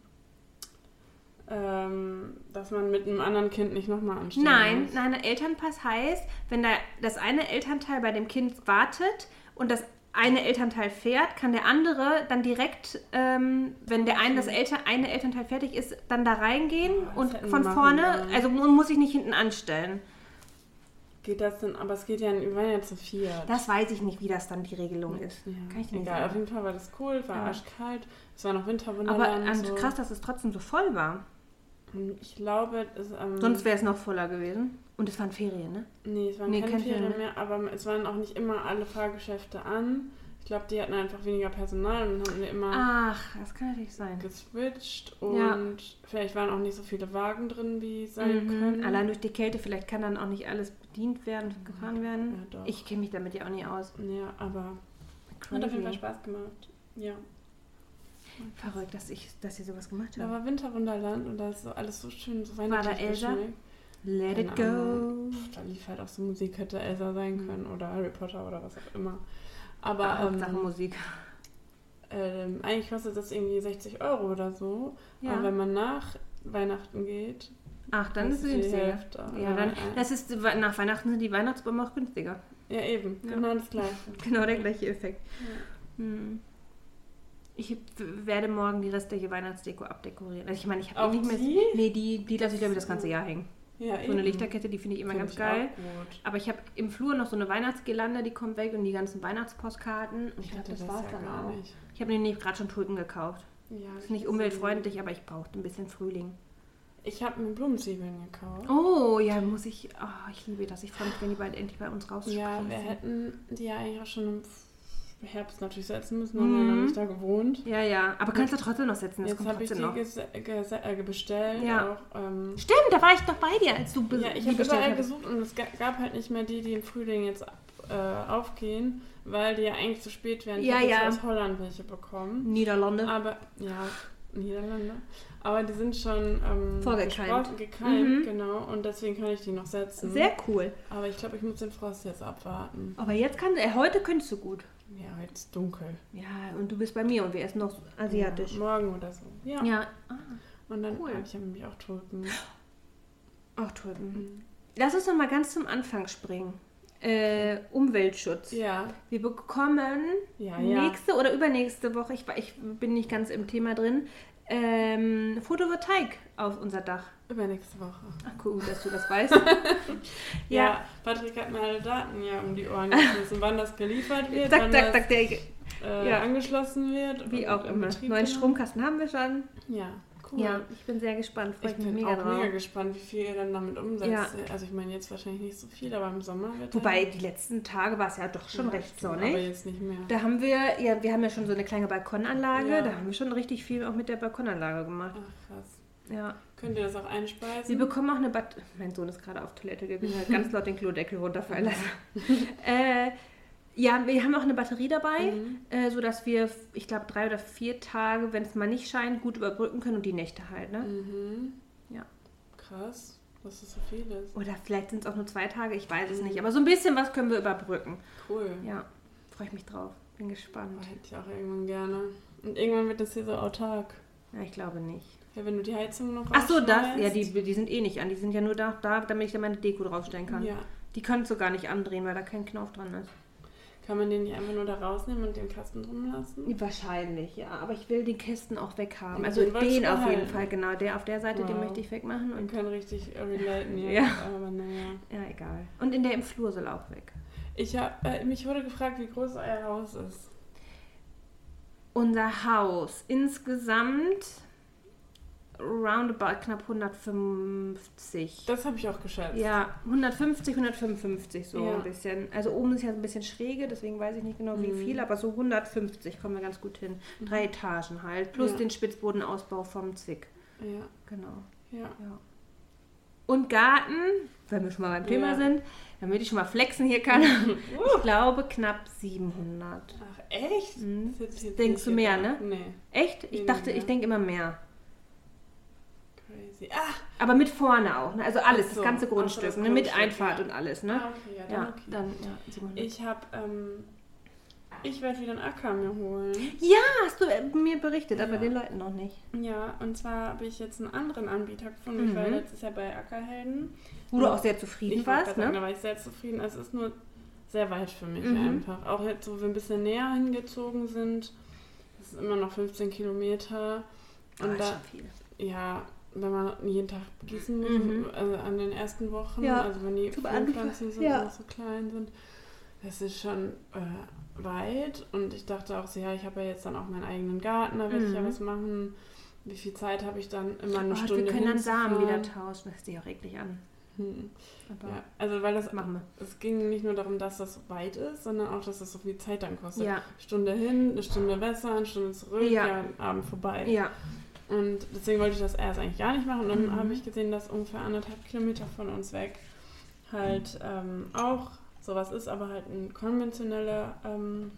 [SPEAKER 3] ähm, dass man mit einem anderen Kind nicht nochmal anstehen
[SPEAKER 2] Nein,
[SPEAKER 3] muss.
[SPEAKER 2] nein, ein Elternpass heißt, wenn da das eine Elternteil bei dem Kind wartet und das eine Elternteil fährt, kann der andere dann direkt, ähm, wenn der eine, das Elter, eine Elternteil fertig ist, dann da reingehen
[SPEAKER 3] Ah, das
[SPEAKER 2] und
[SPEAKER 3] hätten
[SPEAKER 2] von
[SPEAKER 3] wir machen
[SPEAKER 2] vorne,
[SPEAKER 3] sollen.
[SPEAKER 2] also man muss sich nicht hinten anstellen.
[SPEAKER 3] Geht das denn? Aber es geht ja, wir waren ja zu viert.
[SPEAKER 2] Das weiß ich nicht, wie das dann die Regelung ist.
[SPEAKER 3] ja,
[SPEAKER 2] Kann ich dir nicht
[SPEAKER 3] egal, auf
[SPEAKER 2] sagen.
[SPEAKER 3] jeden Fall war das cool, war
[SPEAKER 2] Ja.
[SPEAKER 3] arschkalt, es war noch
[SPEAKER 2] Aber
[SPEAKER 3] Winterwunderland.
[SPEAKER 2] ähm,
[SPEAKER 3] so.
[SPEAKER 2] krass, dass es trotzdem so voll war.
[SPEAKER 3] Ich glaube, es, ähm,
[SPEAKER 2] Sonst wäre es noch voller gewesen. Und es waren Ferien, ne?
[SPEAKER 3] nee, es waren
[SPEAKER 2] nee,
[SPEAKER 3] keine
[SPEAKER 2] kein Ferien
[SPEAKER 3] Ferien
[SPEAKER 2] mehr.
[SPEAKER 3] mehr, aber es waren auch nicht immer alle Fahrgeschäfte an. Ich glaube, die hatten einfach weniger Personal und haben wir immer
[SPEAKER 2] Ach, das kann natürlich sein.
[SPEAKER 3] geswitcht und
[SPEAKER 2] Ah. Ja.
[SPEAKER 3] vielleicht waren auch nicht so viele Wagen drin, wie sein
[SPEAKER 2] Mhm.
[SPEAKER 3] können.
[SPEAKER 2] Allein durch die Kälte, vielleicht kann dann auch nicht alles bedient werden, gefahren werden.
[SPEAKER 3] Mhm. Ja, doch.
[SPEAKER 2] ich kenne mich damit ja auch nie aus.
[SPEAKER 3] Ja, aber mhm. hat auf jeden Fall
[SPEAKER 2] Crazy.
[SPEAKER 3] Spaß gemacht. Ja.
[SPEAKER 2] Verrückt, dass, ich, dass ihr sowas gemacht
[SPEAKER 3] Da
[SPEAKER 2] habt.
[SPEAKER 3] war Winterwunderland und da ist so alles so schön, so
[SPEAKER 2] da
[SPEAKER 3] weihnachtlich
[SPEAKER 2] Elsa?
[SPEAKER 3] geschmückt.
[SPEAKER 2] Let it
[SPEAKER 3] Keine
[SPEAKER 2] go.
[SPEAKER 3] Ahnung. Pff, Da lief halt auch so Musik, hätte Elsa sein
[SPEAKER 2] Mhm.
[SPEAKER 3] können oder Harry Potter oder was auch immer. Aber
[SPEAKER 2] Hauptsache
[SPEAKER 3] ähm,
[SPEAKER 2] Musik.
[SPEAKER 3] ähm, eigentlich kostet das irgendwie 60 Euro oder so.
[SPEAKER 2] Ja.
[SPEAKER 3] Aber wenn man nach Weihnachten geht,
[SPEAKER 2] Ach, dann
[SPEAKER 3] das
[SPEAKER 2] ist
[SPEAKER 3] ist
[SPEAKER 2] es
[SPEAKER 3] die
[SPEAKER 2] günstiger.
[SPEAKER 3] Hälfte.
[SPEAKER 2] Ja, dann,
[SPEAKER 3] Ja.
[SPEAKER 2] das ist, nach Weihnachten sind die Weihnachtsbäume auch günstiger.
[SPEAKER 3] ja eben,
[SPEAKER 2] Ja.
[SPEAKER 3] genau das gleiche.
[SPEAKER 2] Genau der gleiche Effekt. Hm. Ich w- werde morgen die restliche Weihnachtsdeko abdekorieren. Also ich meine, ich
[SPEAKER 3] Auch
[SPEAKER 2] habe nicht mehr...
[SPEAKER 3] die?
[SPEAKER 2] Nee, die, die lasse ich glaube ich das ganze Jahr hängen.
[SPEAKER 3] Ja,
[SPEAKER 2] So eine Lichterkette, die finde ich immer
[SPEAKER 3] Find
[SPEAKER 2] ganz
[SPEAKER 3] ich
[SPEAKER 2] geil.
[SPEAKER 3] Auch gut.
[SPEAKER 2] Aber ich habe im Flur noch so eine Weihnachtsgelande, die kommt weg und die ganzen Weihnachtspostkarten. Und ich
[SPEAKER 3] Ich
[SPEAKER 2] glaube,
[SPEAKER 3] hatte
[SPEAKER 2] das,
[SPEAKER 3] das,
[SPEAKER 2] war's
[SPEAKER 3] ja
[SPEAKER 2] dann
[SPEAKER 3] gar
[SPEAKER 2] auch.
[SPEAKER 3] nicht.
[SPEAKER 2] Ich habe nämlich gerade schon Tulpen gekauft.
[SPEAKER 3] Ja,
[SPEAKER 2] Ist nicht
[SPEAKER 3] ich-
[SPEAKER 2] umweltfreundlich, aber ich brauchte ein bisschen Frühling.
[SPEAKER 3] Ich habe mir Blumenzwiebeln gekauft.
[SPEAKER 2] Oh, ja, muss ich. Oh, ich liebe das. Ich freue mich, wenn die bald endlich bei uns
[SPEAKER 3] Ja,
[SPEAKER 2] rausspringen.
[SPEAKER 3] wir hätten die ja eigentlich auch schon im Herbst natürlich setzen müssen, haben
[SPEAKER 2] Mhm.
[SPEAKER 3] wir noch nicht da gewohnt.
[SPEAKER 2] ja, ja. Aber kannst du trotzdem noch setzen. Das
[SPEAKER 3] Jetzt
[SPEAKER 2] kommt
[SPEAKER 3] habe ich die
[SPEAKER 2] trotzdem noch.
[SPEAKER 3] gese- gese- äh, bestellt.
[SPEAKER 2] Ja.
[SPEAKER 3] Auch, ähm,
[SPEAKER 2] Stimmt, da war ich doch bei dir, als du be
[SPEAKER 3] ja, ich
[SPEAKER 2] die
[SPEAKER 3] habe
[SPEAKER 2] bestellt
[SPEAKER 3] überall
[SPEAKER 2] hast.
[SPEAKER 3] gesucht und es ga- gab halt nicht mehr die, die im Frühling jetzt ab, äh, aufgehen, weil die ja eigentlich zu spät wären. Ich
[SPEAKER 2] Ja,
[SPEAKER 3] hab jetzt
[SPEAKER 2] ja.
[SPEAKER 3] aus Holland welche bekommen.
[SPEAKER 2] Niederlande.
[SPEAKER 3] Aber, ja, Niederlande. Aber die sind schon ähm,
[SPEAKER 2] Vorgekeimt.
[SPEAKER 3] gespro- gekeimt,
[SPEAKER 2] Mhm.
[SPEAKER 3] genau. Und deswegen kann ich die noch setzen.
[SPEAKER 2] Sehr cool.
[SPEAKER 3] Aber ich glaube, ich muss den Frost jetzt abwarten.
[SPEAKER 2] Aber jetzt kannst du. Heute könntest du gut.
[SPEAKER 3] Ja, jetzt ist dunkel.
[SPEAKER 2] Ja, und du bist bei mir und wir essen noch asiatisch.
[SPEAKER 3] Ja, morgen oder so. Ja.
[SPEAKER 2] Ja.
[SPEAKER 3] Und dann
[SPEAKER 2] Cool.
[SPEAKER 3] habe ich ja nämlich auch Tulpen.
[SPEAKER 2] Auch Tulpen. Lass uns noch mal ganz zum Anfang springen. Äh, Umweltschutz.
[SPEAKER 3] Ja,
[SPEAKER 2] Wir bekommen
[SPEAKER 3] ja, ja.
[SPEAKER 2] nächste oder übernächste Woche, ich, ich bin nicht ganz im Thema drin, ähm, Photovoltaik auf unser Dach.
[SPEAKER 3] Übernächste Woche.
[SPEAKER 2] Ach cool, dass du das weißt. ja.
[SPEAKER 3] Ja. Patrick hat mir alle Daten ja um die Ohren geschmissen, wann das geliefert wird,
[SPEAKER 2] Zack,
[SPEAKER 3] wann das
[SPEAKER 2] zack, zack, der,
[SPEAKER 3] Äh,
[SPEAKER 2] Ja.
[SPEAKER 3] angeschlossen wird.
[SPEAKER 2] wie
[SPEAKER 3] und
[SPEAKER 2] auch
[SPEAKER 3] in
[SPEAKER 2] immer.
[SPEAKER 3] Betrieb
[SPEAKER 2] Neuen
[SPEAKER 3] genommen.
[SPEAKER 2] Stromkasten haben wir schon.
[SPEAKER 3] Ja, cool.
[SPEAKER 2] Ja, ich bin sehr gespannt, freue
[SPEAKER 3] Ich
[SPEAKER 2] ich
[SPEAKER 3] bin
[SPEAKER 2] mich mega
[SPEAKER 3] auch mega
[SPEAKER 2] drauf.
[SPEAKER 3] gespannt, wie viel ihr dann damit umsetzt. Also ich meine jetzt wahrscheinlich nicht so viel, aber im Sommer wird
[SPEAKER 2] Wobei die letzten Tage war es ja doch
[SPEAKER 3] dann-
[SPEAKER 2] schon recht
[SPEAKER 3] Aber
[SPEAKER 2] sonnig.
[SPEAKER 3] jetzt nicht mehr.
[SPEAKER 2] Da haben wir, ja, wir haben ja schon so eine kleine Balkonanlage,
[SPEAKER 3] Ja.
[SPEAKER 2] da haben wir schon richtig viel auch mit der Balkonanlage gemacht.
[SPEAKER 3] Ach krass.
[SPEAKER 2] Ja.
[SPEAKER 3] Könnt ihr das auch einspeisen?
[SPEAKER 2] Sie bekommen auch eine Bat halt Mein Sohn ist gerade auf Toilette gewesen, hat ganz laut den Klodeckel runterfallen lassen. äh, Ja, wir haben auch eine Batterie dabei, äh, sodass wir, ich glaube, drei oder vier Tage, wenn es mal nicht scheint, gut überbrücken können und die Nächte halt, ne?
[SPEAKER 3] Krass, dass es so viel ist.
[SPEAKER 2] Oder vielleicht sind es auch nur zwei Tage, ich weiß es nicht. Aber so ein bisschen was können wir überbrücken.
[SPEAKER 3] Cool.
[SPEAKER 2] Ja, freue ich mich drauf. Bin gespannt.
[SPEAKER 3] Aber hätte ich auch irgendwann gerne. Und irgendwann wird das hier so autark.
[SPEAKER 2] Ja, ich glaube nicht.
[SPEAKER 3] Ja, wenn du die Heizung noch
[SPEAKER 2] Ach so, das.
[SPEAKER 3] ausschmeißt.
[SPEAKER 2] Ja, die, die sind eh nicht an. Die sind ja nur da, da damit ich da meine Deko draufstellen kann.
[SPEAKER 3] Ja.
[SPEAKER 2] Die können es so gar nicht andrehen, weil da kein Knauf dran ist.
[SPEAKER 3] Kann man den nicht einfach nur da rausnehmen und den Kasten drum lassen?
[SPEAKER 2] Wahrscheinlich, ja. Aber ich will die Kästen auch weghaben.
[SPEAKER 3] Ja,
[SPEAKER 2] Also
[SPEAKER 3] den
[SPEAKER 2] den,
[SPEAKER 3] wolltest du
[SPEAKER 2] auf jeden
[SPEAKER 3] behalten.
[SPEAKER 2] Fall, genau. Der auf der Seite, den
[SPEAKER 3] Wow.
[SPEAKER 2] möchte ich wegmachen.
[SPEAKER 3] Wir
[SPEAKER 2] Und,
[SPEAKER 3] können richtig relaten jetzt,
[SPEAKER 2] Ja.
[SPEAKER 3] aber naja.
[SPEAKER 2] ja, egal. Und in der im Flur soll auch weg.
[SPEAKER 3] Ich hab, äh, mich wurde gefragt, wie groß euer Haus ist.
[SPEAKER 2] Unser Haus insgesamt roundabout knapp 150.
[SPEAKER 3] Das habe ich auch geschätzt.
[SPEAKER 2] Ja, 150, 155 so
[SPEAKER 3] Ja.
[SPEAKER 2] ein bisschen. Also oben ist ja ein bisschen schräge, deswegen weiß ich nicht genau
[SPEAKER 3] Mhm.
[SPEAKER 2] wie viel, aber so 150 kommen wir ganz gut hin. Drei Etagen halt, plus
[SPEAKER 3] Ja.
[SPEAKER 2] den Spitzbodenausbau vom Zwick.
[SPEAKER 3] Ja,
[SPEAKER 2] Genau.
[SPEAKER 3] ja.
[SPEAKER 2] Ja. Und Garten, wenn wir schon mal beim Thema
[SPEAKER 3] Ja.
[SPEAKER 2] sind, damit ich schon mal flexen hier kann. Ich glaube knapp 700.
[SPEAKER 3] Ach, echt?
[SPEAKER 2] Mhm.
[SPEAKER 3] Das hätte ich jetzt
[SPEAKER 2] Denkst
[SPEAKER 3] nicht
[SPEAKER 2] du mehr,
[SPEAKER 3] gedacht.
[SPEAKER 2] ne?
[SPEAKER 3] Nee,
[SPEAKER 2] Echt?
[SPEAKER 3] Nee,
[SPEAKER 2] Ich dachte,
[SPEAKER 3] nee,
[SPEAKER 2] ich
[SPEAKER 3] ne?
[SPEAKER 2] denke immer mehr.
[SPEAKER 3] crazy. Ah,
[SPEAKER 2] Aber mit vorne auch, ne? Also alles,
[SPEAKER 3] Ach so.
[SPEAKER 2] das ganze
[SPEAKER 3] Ach so,
[SPEAKER 2] Grundstück,
[SPEAKER 3] das
[SPEAKER 2] ne? Mit
[SPEAKER 3] Grundstück,
[SPEAKER 2] Einfahrt
[SPEAKER 3] ja.
[SPEAKER 2] und alles, ne?
[SPEAKER 3] ah, okay, ja, dann
[SPEAKER 2] Ja,
[SPEAKER 3] okay.
[SPEAKER 2] dann, ja, 700.
[SPEAKER 3] Ich habe, ähm, ich werde wieder einen Acker mir holen.
[SPEAKER 2] Ja, hast du äh, mir berichtet, aber
[SPEAKER 3] Ja.
[SPEAKER 2] den Leuten noch nicht.
[SPEAKER 3] Ja, und zwar habe ich jetzt einen anderen Anbieter gefunden.
[SPEAKER 2] Mhm.
[SPEAKER 3] Ich war letztes Jahr bei Ackerhelden.
[SPEAKER 2] Wo du auch sehr zufrieden
[SPEAKER 3] Ich
[SPEAKER 2] warst,
[SPEAKER 3] war
[SPEAKER 2] ne?
[SPEAKER 3] da war ich sehr zufrieden. Es ist nur sehr weit für mich
[SPEAKER 2] Mhm.
[SPEAKER 3] einfach. Auch jetzt, wo wir ein bisschen näher hingezogen sind, das sind immer noch 15 Kilometer.
[SPEAKER 2] Ah,
[SPEAKER 3] Und
[SPEAKER 2] ist
[SPEAKER 3] da,
[SPEAKER 2] schon viel.
[SPEAKER 3] ja, wenn man jeden Tag gießen muss,
[SPEAKER 2] Mhm.
[SPEAKER 3] also an den ersten Wochen,
[SPEAKER 2] Ja,
[SPEAKER 3] also wenn die
[SPEAKER 2] zum Anfang,
[SPEAKER 3] Pflanzen sind
[SPEAKER 2] ja.
[SPEAKER 3] noch so klein sind, das ist schon äh, weit. Und ich dachte auch so, ja, ich habe ja jetzt dann auch meinen eigenen Garten, da werde ich ja
[SPEAKER 2] Mhm.
[SPEAKER 3] was machen. Wie viel Zeit habe ich dann? Immer eine
[SPEAKER 2] Oh,
[SPEAKER 3] Stunde.
[SPEAKER 2] wir können dann Samen wieder
[SPEAKER 3] hinzufahren.
[SPEAKER 2] tauschen. Das sieht ja auch eklig an.
[SPEAKER 3] Hm.
[SPEAKER 2] Aber
[SPEAKER 3] Ja, also weil das
[SPEAKER 2] das machen
[SPEAKER 3] es ging nicht nur darum, dass das weit ist, sondern auch, dass das so viel Zeit dann
[SPEAKER 2] wir.
[SPEAKER 3] kostet.
[SPEAKER 2] Ja,
[SPEAKER 3] Stunde hin, eine Stunde besser, eine Stunde zurück,
[SPEAKER 2] Ja.
[SPEAKER 3] ja, Abend vorbei.
[SPEAKER 2] ja.
[SPEAKER 3] Und deswegen wollte ich das erst eigentlich gar nicht machen. Und dann
[SPEAKER 2] Mhm.
[SPEAKER 3] habe ich gesehen, dass ungefähr anderthalb Kilometer von uns weg halt ähm, auch sowas ist, aber halt ein konventioneller ähm,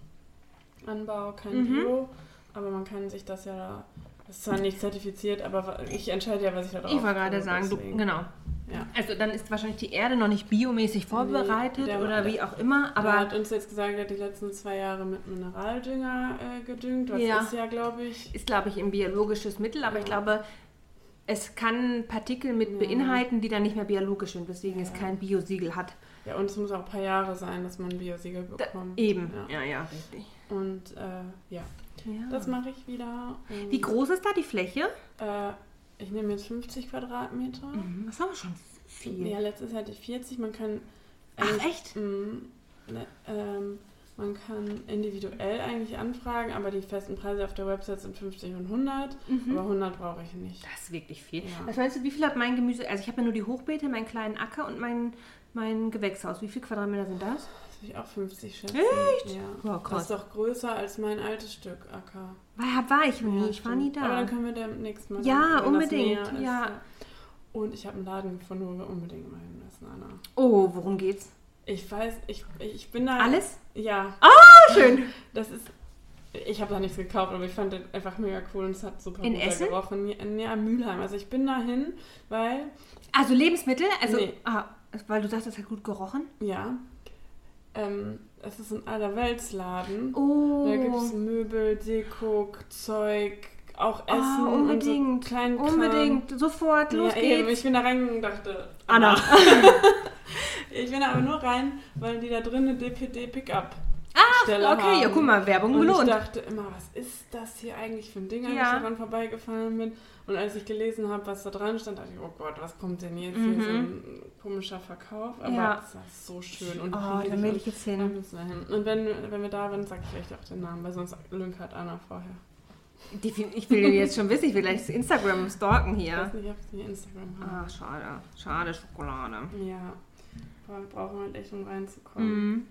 [SPEAKER 3] Anbau, kein
[SPEAKER 2] Mhm.
[SPEAKER 3] Bio. Aber man kann sich das ja, das ist zwar nicht zertifiziert, aber wa- ich entscheide ja, was ich da drauf
[SPEAKER 2] Ich wollte gerade
[SPEAKER 3] tue,
[SPEAKER 2] sagen, du,
[SPEAKER 3] deswegen.
[SPEAKER 2] genau.
[SPEAKER 3] Ja.
[SPEAKER 2] Also dann ist wahrscheinlich die Erde noch nicht biomäßig vorbereitet
[SPEAKER 3] der-
[SPEAKER 2] oder wie auch immer,
[SPEAKER 3] Aber
[SPEAKER 2] aber
[SPEAKER 3] hat uns jetzt gesagt, er hat die letzten zwei Jahre mit Mineraldünger äh, gedüngt. Was
[SPEAKER 2] Ja.
[SPEAKER 3] ist ja, glaube ich.
[SPEAKER 2] ist, glaube ich, ein biologisches Mittel, aber ich
[SPEAKER 3] Ja.
[SPEAKER 2] glaube, es kann Partikel mit
[SPEAKER 3] Ja.
[SPEAKER 2] beinhalten, die dann nicht mehr biologisch sind, weswegen es
[SPEAKER 3] Ja.
[SPEAKER 2] kein Biosiegel hat.
[SPEAKER 3] Ja, und es muss auch ein paar Jahre sein, dass man ein Biosiegel
[SPEAKER 2] Da,
[SPEAKER 3] bekommt.
[SPEAKER 2] eben.
[SPEAKER 3] Ja.
[SPEAKER 2] Ja, ja, richtig.
[SPEAKER 3] Und äh, ja, das
[SPEAKER 2] Ah.
[SPEAKER 3] mache ich wieder. Und,
[SPEAKER 2] Wie groß ist da die Fläche?
[SPEAKER 3] Äh, ich nehme jetzt 50 Quadratmeter.
[SPEAKER 2] Das ist aber schon viel.
[SPEAKER 3] Mhm. Ja, letztes Jahr hatte ich 40. Man kann.
[SPEAKER 2] Ach,
[SPEAKER 3] eigentlich-
[SPEAKER 2] echt?
[SPEAKER 3] Mhm. Ne, ähm, man kann individuell eigentlich anfragen, aber die festen Preise auf der Website sind 50 und 100.
[SPEAKER 2] Mhm.
[SPEAKER 3] Aber 100 brauche ich nicht.
[SPEAKER 2] Das ist wirklich viel.
[SPEAKER 3] Ja.
[SPEAKER 2] Was meinst du, wie viel hat mein Gemüse? Also ich habe ja nur die Hochbeete, meinen kleinen Acker und mein, mein Gewächshaus. Wie viel Quadratmeter sind das?
[SPEAKER 3] Das will ich auch 50 schätzen. Echt? Ja.
[SPEAKER 2] Wow, krass.
[SPEAKER 3] Das ist doch größer als mein altes Stück Acker.
[SPEAKER 2] Weil da war ich nie,
[SPEAKER 3] Ja,
[SPEAKER 2] ich war
[SPEAKER 3] stimmt.
[SPEAKER 2] nie da.
[SPEAKER 3] Aber dann können wir dann nächstes Mal.
[SPEAKER 2] Ja,
[SPEAKER 3] wenn das
[SPEAKER 2] unbedingt,
[SPEAKER 3] näher ist,
[SPEAKER 2] ja.
[SPEAKER 3] Und ich habe einen Laden gefunden, wo wir unbedingt mal hin müssen, Anna.
[SPEAKER 2] Oh, worum geht's?
[SPEAKER 3] Ich weiß, ich, ich bin da.
[SPEAKER 2] Alles?
[SPEAKER 3] Ja,
[SPEAKER 2] Ah, schön.
[SPEAKER 3] das ist. Ich habe da nichts gekauft, aber ich fand den einfach mega cool und es hat super
[SPEAKER 2] In
[SPEAKER 3] gut
[SPEAKER 2] Essen?
[SPEAKER 3] gerochen. Ja, in Mülheim. Also ich bin da hin, weil,
[SPEAKER 2] Also Lebensmittel, also
[SPEAKER 3] Nee.
[SPEAKER 2] ah, weil du sagst, das hat gut gerochen.
[SPEAKER 3] ja, ähm, es ist ein Allerweltsladen.
[SPEAKER 2] Oh.
[SPEAKER 3] Da gibt es Möbel, Deko, Zeug, auch Essen
[SPEAKER 2] Ah,
[SPEAKER 3] und
[SPEAKER 2] unbedingt.
[SPEAKER 3] so kleinen Kram.
[SPEAKER 2] unbedingt, sofort, los
[SPEAKER 3] ja, eben,
[SPEAKER 2] geht's.
[SPEAKER 3] ich bin da reingegangen und dachte,
[SPEAKER 2] Anna.
[SPEAKER 3] ich bin da aber nur rein, weil die da drin eine DPD-Pickup
[SPEAKER 2] Ach, Ah, okay,
[SPEAKER 3] Stelle haben.
[SPEAKER 2] ja, guck mal, Werbung
[SPEAKER 3] Und ich
[SPEAKER 2] belohnt.
[SPEAKER 3] dachte immer, was ist das hier eigentlich für ein Ding, als
[SPEAKER 2] Ja.
[SPEAKER 3] ich daran vorbeigefahren bin. Und als ich gelesen habe, was da dran stand, dachte ich, oh Gott, was kommt denn jetzt
[SPEAKER 2] Mhm.
[SPEAKER 3] hier so ein komischer Verkauf? Aber
[SPEAKER 2] Ja.
[SPEAKER 3] das ist so schön und
[SPEAKER 2] oh,
[SPEAKER 3] riesig
[SPEAKER 2] dann will
[SPEAKER 3] und
[SPEAKER 2] ich jetzt
[SPEAKER 3] da
[SPEAKER 2] hin.
[SPEAKER 3] müssen wir hin. Und wenn, wenn wir da sind, sage ich euch auch den Namen, weil sonst lünkert Anna vorher.
[SPEAKER 2] Die, ich will jetzt schon wissen, ich will gleich das Instagram stalken
[SPEAKER 3] Ich
[SPEAKER 2] hier.
[SPEAKER 3] weiß nicht, ob sie Instagram haben.
[SPEAKER 2] Ah, schade. Schade, Schokolade.
[SPEAKER 3] Ja. Aber wir brauchen halt echt, um reinzukommen.
[SPEAKER 2] Ah. Mhm.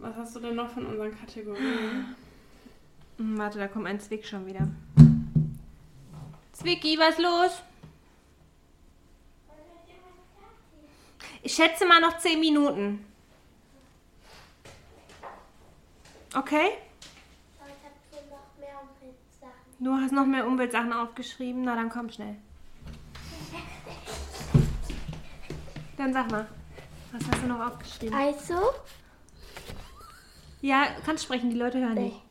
[SPEAKER 3] Was hast du denn noch von unseren Kategorien?
[SPEAKER 2] Hm, Warte, da kommt ein Zwick schon wieder. Zwicki, was los? Ich schätze mal noch 10 Minuten. Okay?
[SPEAKER 4] Aber ich habe hier noch mehr Umweltsachen.
[SPEAKER 2] Du hast noch mehr Umweltsachen aufgeschrieben. Na, dann komm schnell. Dann sag mal, was hast du noch aufgeschrieben?
[SPEAKER 4] Also,
[SPEAKER 2] Ja, kannst sprechen, die Leute hören
[SPEAKER 4] Nee.
[SPEAKER 2] nicht.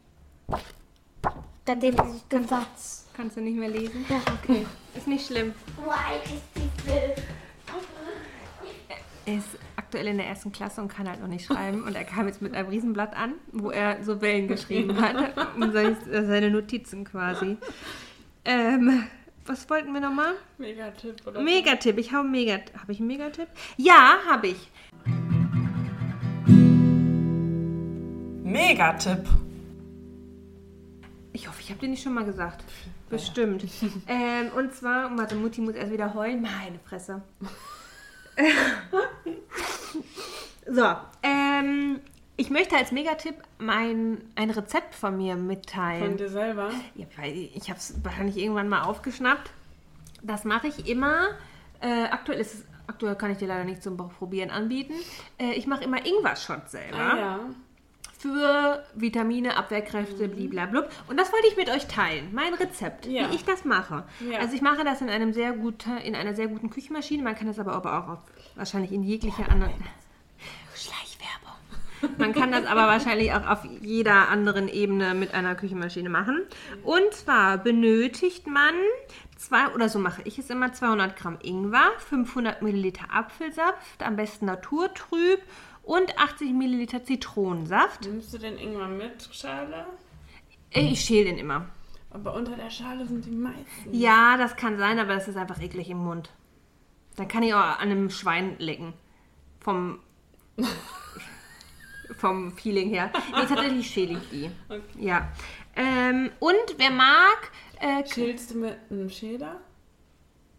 [SPEAKER 4] dann den letzten Satz.
[SPEAKER 2] Kannst du nicht mehr lesen?
[SPEAKER 4] Ja.
[SPEAKER 2] Okay, ist nicht schlimm.
[SPEAKER 4] Why is die Welt?
[SPEAKER 2] Er ist aktuell in der ersten Klasse und kann halt noch nicht schreiben. Und er kam jetzt mit einem Riesenblatt an, wo er so Wellen geschrieben hat. Und seine- seine Notizen quasi. Ähm, was wollten wir nochmal?
[SPEAKER 3] Mega Tipp, oder?
[SPEAKER 2] Megatipp. Ich habe einen Megatipp. Habe ich einen Megatipp? Ja, habe ich.
[SPEAKER 1] Megatipp.
[SPEAKER 2] Ich hoffe, ich habe dir nicht schon mal gesagt. Bestimmt. ähm, und zwar, warte, Mutti muss erst wieder heulen. Meine Fresse. so, ähm, ich möchte als Megatipp mein, ein Rezept von mir
[SPEAKER 3] Von
[SPEAKER 2] mitteilen.
[SPEAKER 3] dir selber.
[SPEAKER 2] Ja, weil ich habe es wahrscheinlich irgendwann mal aufgeschnappt. Das mache ich immer. Äh, aktuell ist es, aktuell kann ich dir leider nicht zum Probieren anbieten. Äh, ich mache immer Ingwer-Shot selber
[SPEAKER 3] Ah, ja.
[SPEAKER 2] für Vitamine, Abwehrkräfte, bliblablub. Und das wollte ich mit euch teilen. Mein Rezept,
[SPEAKER 3] Mhm. Ja.
[SPEAKER 2] wie ich das mache.
[SPEAKER 3] Ja.
[SPEAKER 2] Also ich mache das in einem sehr guten, in einer sehr guten Küchenmaschine. Man kann das aber auch auf, wahrscheinlich in jeglicher anderen Schleichwerbung. Man kann das aber wahrscheinlich auch auf jeder anderen Ebene mit einer Küchenmaschine machen. Und zwar benötigt man zwei, oder so mache ich es immer, 200 Gramm Ingwer, 500 Milliliter Apfelsaft, am besten naturtrüb und 80 Milliliter Zitronensaft.
[SPEAKER 3] Nimmst du den Ingwer mit Schale? Hm.
[SPEAKER 2] Ey, Ich schäle den immer.
[SPEAKER 3] Aber unter der Schale sind die meisten.
[SPEAKER 2] Ja, das kann sein, aber das ist einfach eklig im Mund. Dann kann ich auch an einem Schwein lecken. Vom, vom Feeling her. Nee, tatsächlich schäle ich die. Ja. Ähm, und wer mag, äh,
[SPEAKER 3] Schälst du mit einem Schäler?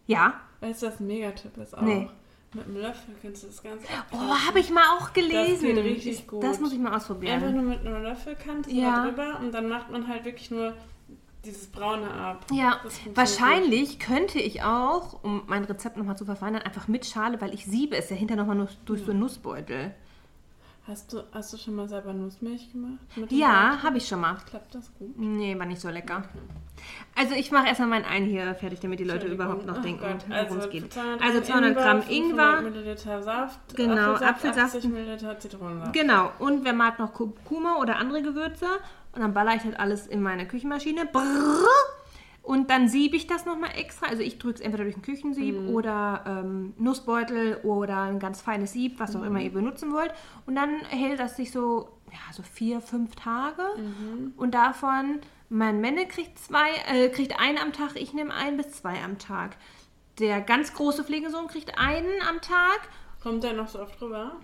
[SPEAKER 2] ja.
[SPEAKER 3] Weißt du, was ein Megatipp ist auch?
[SPEAKER 2] Nee.
[SPEAKER 3] Mit einem Löffel kannst du das Ganze
[SPEAKER 2] Oh, habe ich mal auch gelesen.
[SPEAKER 3] geht richtig gut.
[SPEAKER 2] Das muss ich mal
[SPEAKER 3] Einfach
[SPEAKER 2] ausprobieren.
[SPEAKER 3] nur mit einem Löffel kannst du
[SPEAKER 2] Ja.
[SPEAKER 3] da drüber und dann macht man halt wirklich nur dieses Braune ab.
[SPEAKER 2] Ja,
[SPEAKER 3] Das funktioniert
[SPEAKER 2] wahrscheinlich könnte ich auch, um mein Rezept nochmal zu verfeinern, einfach mit Schale, weil ich siebe es ja hinterher nochmal nur durch so einen Nussbeutel.
[SPEAKER 3] Hast du, hast du schon mal selber Nussmilch gemacht? Mit dem
[SPEAKER 2] Ja,
[SPEAKER 3] Brot?
[SPEAKER 2] habe ich schon mal.
[SPEAKER 3] Klappt das gut?
[SPEAKER 2] Nee, war nicht so lecker. Also ich mache erstmal meinen einen hier fertig, damit die Leute
[SPEAKER 3] Entschuldigung.
[SPEAKER 2] überhaupt noch
[SPEAKER 3] Ach
[SPEAKER 2] denken,
[SPEAKER 3] Gott,
[SPEAKER 2] worum es
[SPEAKER 3] also
[SPEAKER 2] geht.
[SPEAKER 3] 200
[SPEAKER 2] Also 200 Gramm
[SPEAKER 3] 500
[SPEAKER 2] Ingwer.
[SPEAKER 3] Milliliter Saft,
[SPEAKER 2] Genau,
[SPEAKER 3] Apfelsaft,
[SPEAKER 2] Apfelsaft.
[SPEAKER 3] 80 Milliliter Zitronensaft.
[SPEAKER 2] Genau, und wer mag noch Kurkuma oder andere Gewürze? Und dann baller ich halt alles in meine Küchenmaschine. Brrr. Und dann siebe ich das nochmal extra. Also ich drücke es entweder durch ein Küchensieb oder ähm, Nussbeutel oder ein ganz feines Sieb, was auch immer ihr benutzen wollt. Und dann hält das sich so, ja, so vier, fünf Tage. Und davon, mein Männer kriegt zwei, äh, kriegt einen am Tag, ich nehme ein bis zwei am Tag. Der ganz große Pflegesohn kriegt einen am Tag
[SPEAKER 3] Kommt der noch so oft drüber?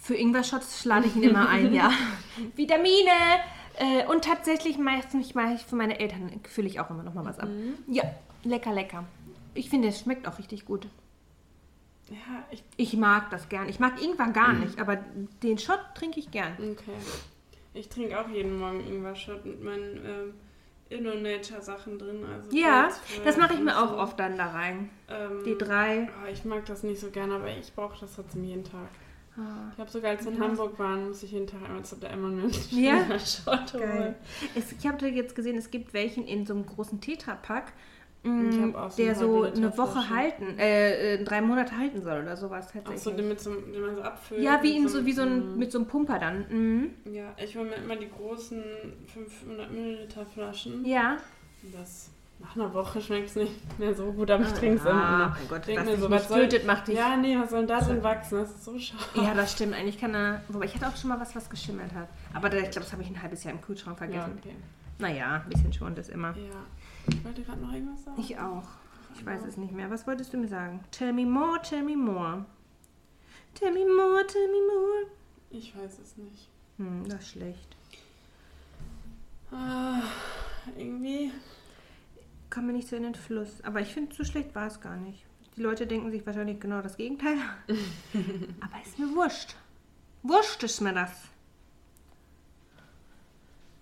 [SPEAKER 2] für Ingwer-Shots schlage ich ihn immer ein, ja. Vitamine! Äh, und tatsächlich meistens mache ich für meine Eltern, fülle ich auch immer noch mal was ab. Ja, lecker, lecker. Ich finde, es schmeckt auch richtig gut.
[SPEAKER 3] Ja, ich.
[SPEAKER 2] Ich mag das gern. Ich mag Ingwer gar nicht, aber den Shot trinke ich gern.
[SPEAKER 3] Okay. Ich trinke auch jeden Morgen Ingwer-Shot mit meinen ähm, Inno-Nature-Sachen drin. Also
[SPEAKER 2] Ja,
[SPEAKER 3] Pilzfrüchte
[SPEAKER 2] das mache ich
[SPEAKER 3] und
[SPEAKER 2] mir auch
[SPEAKER 3] so.
[SPEAKER 2] oft dann da rein.
[SPEAKER 3] Ähm,
[SPEAKER 2] Die drei.
[SPEAKER 3] oh, ich mag das nicht so gerne, aber ich brauche das trotzdem jeden Tag.
[SPEAKER 2] Ah.
[SPEAKER 3] Ich habe sogar, als wir in Hamburg waren, muss ich jeden Tag einmal zu der Emma mir einen
[SPEAKER 2] Ja?
[SPEAKER 3] Ingwer-Shot holen.
[SPEAKER 2] Geil. Es, ich habe jetzt gesehen, es gibt welchen in so einem großen Tetrapack,
[SPEAKER 3] Ich
[SPEAKER 2] mh,
[SPEAKER 3] hab auch so
[SPEAKER 2] der
[SPEAKER 3] eine
[SPEAKER 2] so
[SPEAKER 3] halbe
[SPEAKER 2] eine Woche
[SPEAKER 3] Literflasche.
[SPEAKER 2] halten, äh, äh, drei Monate halten soll oder sowas
[SPEAKER 3] Ach
[SPEAKER 2] tatsächlich.
[SPEAKER 3] so, den, mit so, den man so abfüllt.
[SPEAKER 2] Ja, wie,
[SPEAKER 3] mit
[SPEAKER 2] in so, wie so
[SPEAKER 3] Mhm.
[SPEAKER 2] ein, mit so einem Pumper dann. Mhm.
[SPEAKER 3] Ja, ich hole mir immer die großen 500 Milliliter Flaschen.
[SPEAKER 2] Ja.
[SPEAKER 3] Das, nach einer Woche schmeckt es nicht mehr so gut, aber ich trinke es
[SPEAKER 2] Ah,
[SPEAKER 3] immer.
[SPEAKER 2] mein Gott,
[SPEAKER 3] Denk
[SPEAKER 2] dass
[SPEAKER 3] mir
[SPEAKER 2] dich
[SPEAKER 3] so,
[SPEAKER 2] nicht
[SPEAKER 3] was soll-
[SPEAKER 2] tötet, macht dich...
[SPEAKER 3] noch. Ja, nee, was soll denn da drin wachsen? Das ist so schade.
[SPEAKER 2] Ja, das stimmt. Eigentlich kann er... Wobei, ich hatte auch schon mal was, was geschimmelt hat. Aber da, ich glaube, das habe ich ein halbes Jahr im Kühlschrank
[SPEAKER 3] Ja,
[SPEAKER 2] vergessen.
[SPEAKER 3] okay.
[SPEAKER 2] Naja, ein bisschen schont ist immer.
[SPEAKER 3] Ja. Ich wollte gerade noch irgendwas sagen.
[SPEAKER 2] Ich auch. Ich weiß es nicht mehr. Was wolltest du mir sagen? Tell me more, tell me more. Tell me more, tell me more.
[SPEAKER 3] Ich weiß es nicht.
[SPEAKER 2] Hm, das ist schlecht.
[SPEAKER 3] Ah, irgendwie.
[SPEAKER 2] Kommen wir nicht so in den Fluss. Aber ich finde, so schlecht war es gar nicht. Die Leute denken sich wahrscheinlich genau das Gegenteil. Aber ist mir wurscht. Wurscht ist mir das.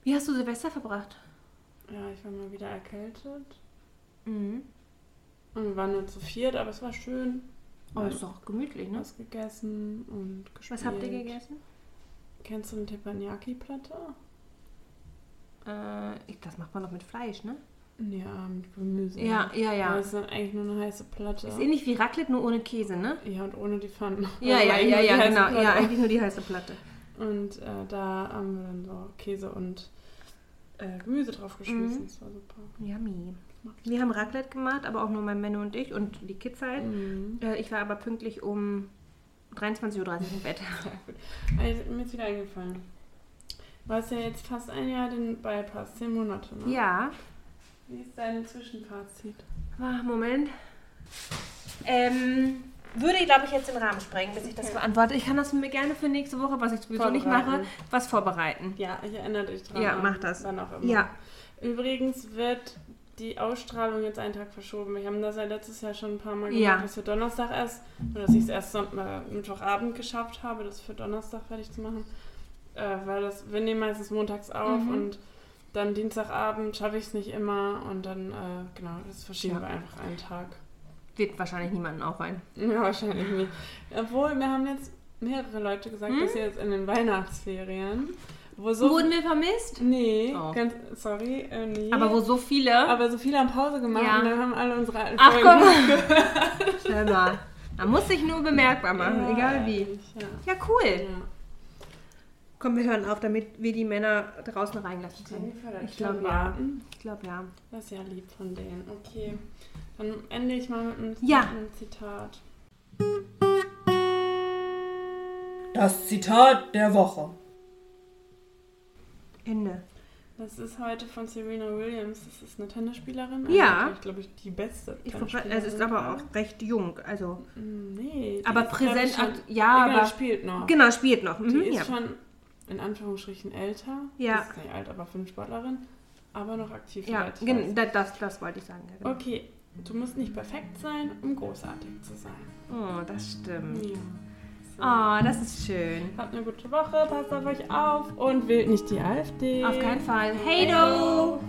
[SPEAKER 2] Wie hast du Silvester verbracht?
[SPEAKER 3] Ja, ich war mal wieder erkältet.
[SPEAKER 2] Mhm.
[SPEAKER 3] Und wir waren nur zu viert, aber es war schön.
[SPEAKER 2] Oh, ist doch gemütlich, ne?
[SPEAKER 3] Was gegessen und gespielt.
[SPEAKER 2] Was habt ihr gegessen?
[SPEAKER 3] Kennst du eine Teppanyaki-Platte?
[SPEAKER 2] Äh, ich- das macht man doch mit Fleisch, ne?
[SPEAKER 3] Ja, mit Gemüse.
[SPEAKER 2] Ja, ja, ja.
[SPEAKER 3] Aber es ist dann eigentlich nur eine heiße Platte.
[SPEAKER 2] Ist ähnlich wie Raclette, nur ohne Käse, ne?
[SPEAKER 3] Ja, und ohne die Pfannen.
[SPEAKER 2] Ja,
[SPEAKER 3] Also
[SPEAKER 2] ja,
[SPEAKER 3] eigentlich
[SPEAKER 2] ja,
[SPEAKER 3] nur die
[SPEAKER 2] ja,
[SPEAKER 3] heiße
[SPEAKER 2] genau.
[SPEAKER 3] Platte.
[SPEAKER 2] Ja, eigentlich nur die heiße Platte.
[SPEAKER 3] Und äh, da haben wir dann so Käse und äh, Gemüse
[SPEAKER 2] Mhm.
[SPEAKER 3] draufgeschmissen. Das war super.
[SPEAKER 2] Yummy. Wir haben Raclette gemacht, aber auch nur mein Menno und ich und die Kids halt. Äh, Ich war aber pünktlich um 23.30 Uhr im Bett.
[SPEAKER 3] Also, mir ist wieder eingefallen. Du hast ja jetzt fast ein Jahr den Bypass, zehn Monate, ne?
[SPEAKER 2] Ja.
[SPEAKER 3] Wie ist dein Zwischenfazit?
[SPEAKER 2] Ah, Moment. Ähm, würde, glaube ich, jetzt den Rahmen sprengen, bis ich das beantworte. Ich kann das mir gerne für nächste Woche, was ich sowieso nicht mache,
[SPEAKER 3] Vorbereiten.
[SPEAKER 2] was vorbereiten.
[SPEAKER 3] Ja, ich erinnere dich dran.
[SPEAKER 2] Ja, mach das.
[SPEAKER 3] Wann auch immer.
[SPEAKER 2] Ja.
[SPEAKER 3] Übrigens wird die Ausstrahlung jetzt einen Tag verschoben. Wir haben das ja letztes Jahr schon ein paar Mal gemacht,
[SPEAKER 2] Ja.
[SPEAKER 3] dass wir Donnerstag erst, oder dass ich es erst Sonnt- äh, Mittwochabend geschafft habe, das für Donnerstag fertig zu machen. Äh, weil das, wir nehmen meistens montags auf
[SPEAKER 2] Mhm.
[SPEAKER 3] und dann Dienstagabend schaffe ich es nicht immer und dann, äh, genau, das verschieben
[SPEAKER 2] Ja.
[SPEAKER 3] wir einfach einen Tag.
[SPEAKER 2] Wird wahrscheinlich niemanden auffallen.
[SPEAKER 3] Ja, wahrscheinlich nicht. Obwohl, wir haben jetzt mehrere Leute gesagt, dass sie jetzt in den Weihnachtsferien, wo so
[SPEAKER 2] Hm? Wurden wir vermisst?
[SPEAKER 3] Nee,
[SPEAKER 2] Oh.
[SPEAKER 3] ganz, sorry, äh, nee.
[SPEAKER 2] Aber wo so viele.
[SPEAKER 3] Aber so viele haben Pause gemacht
[SPEAKER 2] Ja.
[SPEAKER 3] und dann haben alle unsere alten
[SPEAKER 2] Ach
[SPEAKER 3] Folgen.
[SPEAKER 2] komm! Hör mal. Man muss sich nur bemerkbar machen,
[SPEAKER 3] Ja,
[SPEAKER 2] egal wie.
[SPEAKER 3] eigentlich, Ja.
[SPEAKER 2] Ja, cool.
[SPEAKER 3] Ja.
[SPEAKER 2] Komm, wir hören auf, damit wir die Männer draußen reinlassen
[SPEAKER 3] Jennifer, das
[SPEAKER 2] Ich glaube
[SPEAKER 3] schon
[SPEAKER 2] ja.
[SPEAKER 3] warten.
[SPEAKER 2] Ich glaube ja.
[SPEAKER 3] Das ist ja lieb von denen. Okay, dann ende ich mal mit einem,
[SPEAKER 2] Ja.
[SPEAKER 3] mit einem Zitat.
[SPEAKER 1] Das Zitat der Woche.
[SPEAKER 2] Ende.
[SPEAKER 3] Das ist heute von Serena Williams. Das ist eine Tennisspielerin.
[SPEAKER 2] Ja.
[SPEAKER 3] Also, Ich glaube, ich die beste
[SPEAKER 2] Ich wollt grad-
[SPEAKER 3] Tennisspielerin.
[SPEAKER 2] also ist aber auch recht jung. Also,
[SPEAKER 3] Nee. die
[SPEAKER 2] aber
[SPEAKER 3] ist, glaub ich,
[SPEAKER 2] präsent.
[SPEAKER 3] Schon,
[SPEAKER 2] akt- ja,
[SPEAKER 3] genau,
[SPEAKER 2] aber.
[SPEAKER 3] spielt noch.
[SPEAKER 2] Genau, spielt noch.
[SPEAKER 3] Die
[SPEAKER 2] Mhm,
[SPEAKER 3] ist
[SPEAKER 2] ja.
[SPEAKER 3] schon in Anführungsstrichen älter.
[SPEAKER 2] Ja.
[SPEAKER 3] Ist nicht alt, aber für eine Sportlerin. Aber noch aktiv.
[SPEAKER 2] Ja,
[SPEAKER 3] soweit ich weiß.
[SPEAKER 2] gen- da- das, das wollte ich sagen. Ja, genau.
[SPEAKER 3] Okay, du musst nicht perfekt sein, um großartig zu sein.
[SPEAKER 2] Oh, das stimmt.
[SPEAKER 3] Ja. Ah,
[SPEAKER 2] Oh, das ist schön.
[SPEAKER 3] Habt eine gute Woche, passt auf euch auf und wählt nicht die AfD.
[SPEAKER 2] Auf keinen Fall. Hey, do!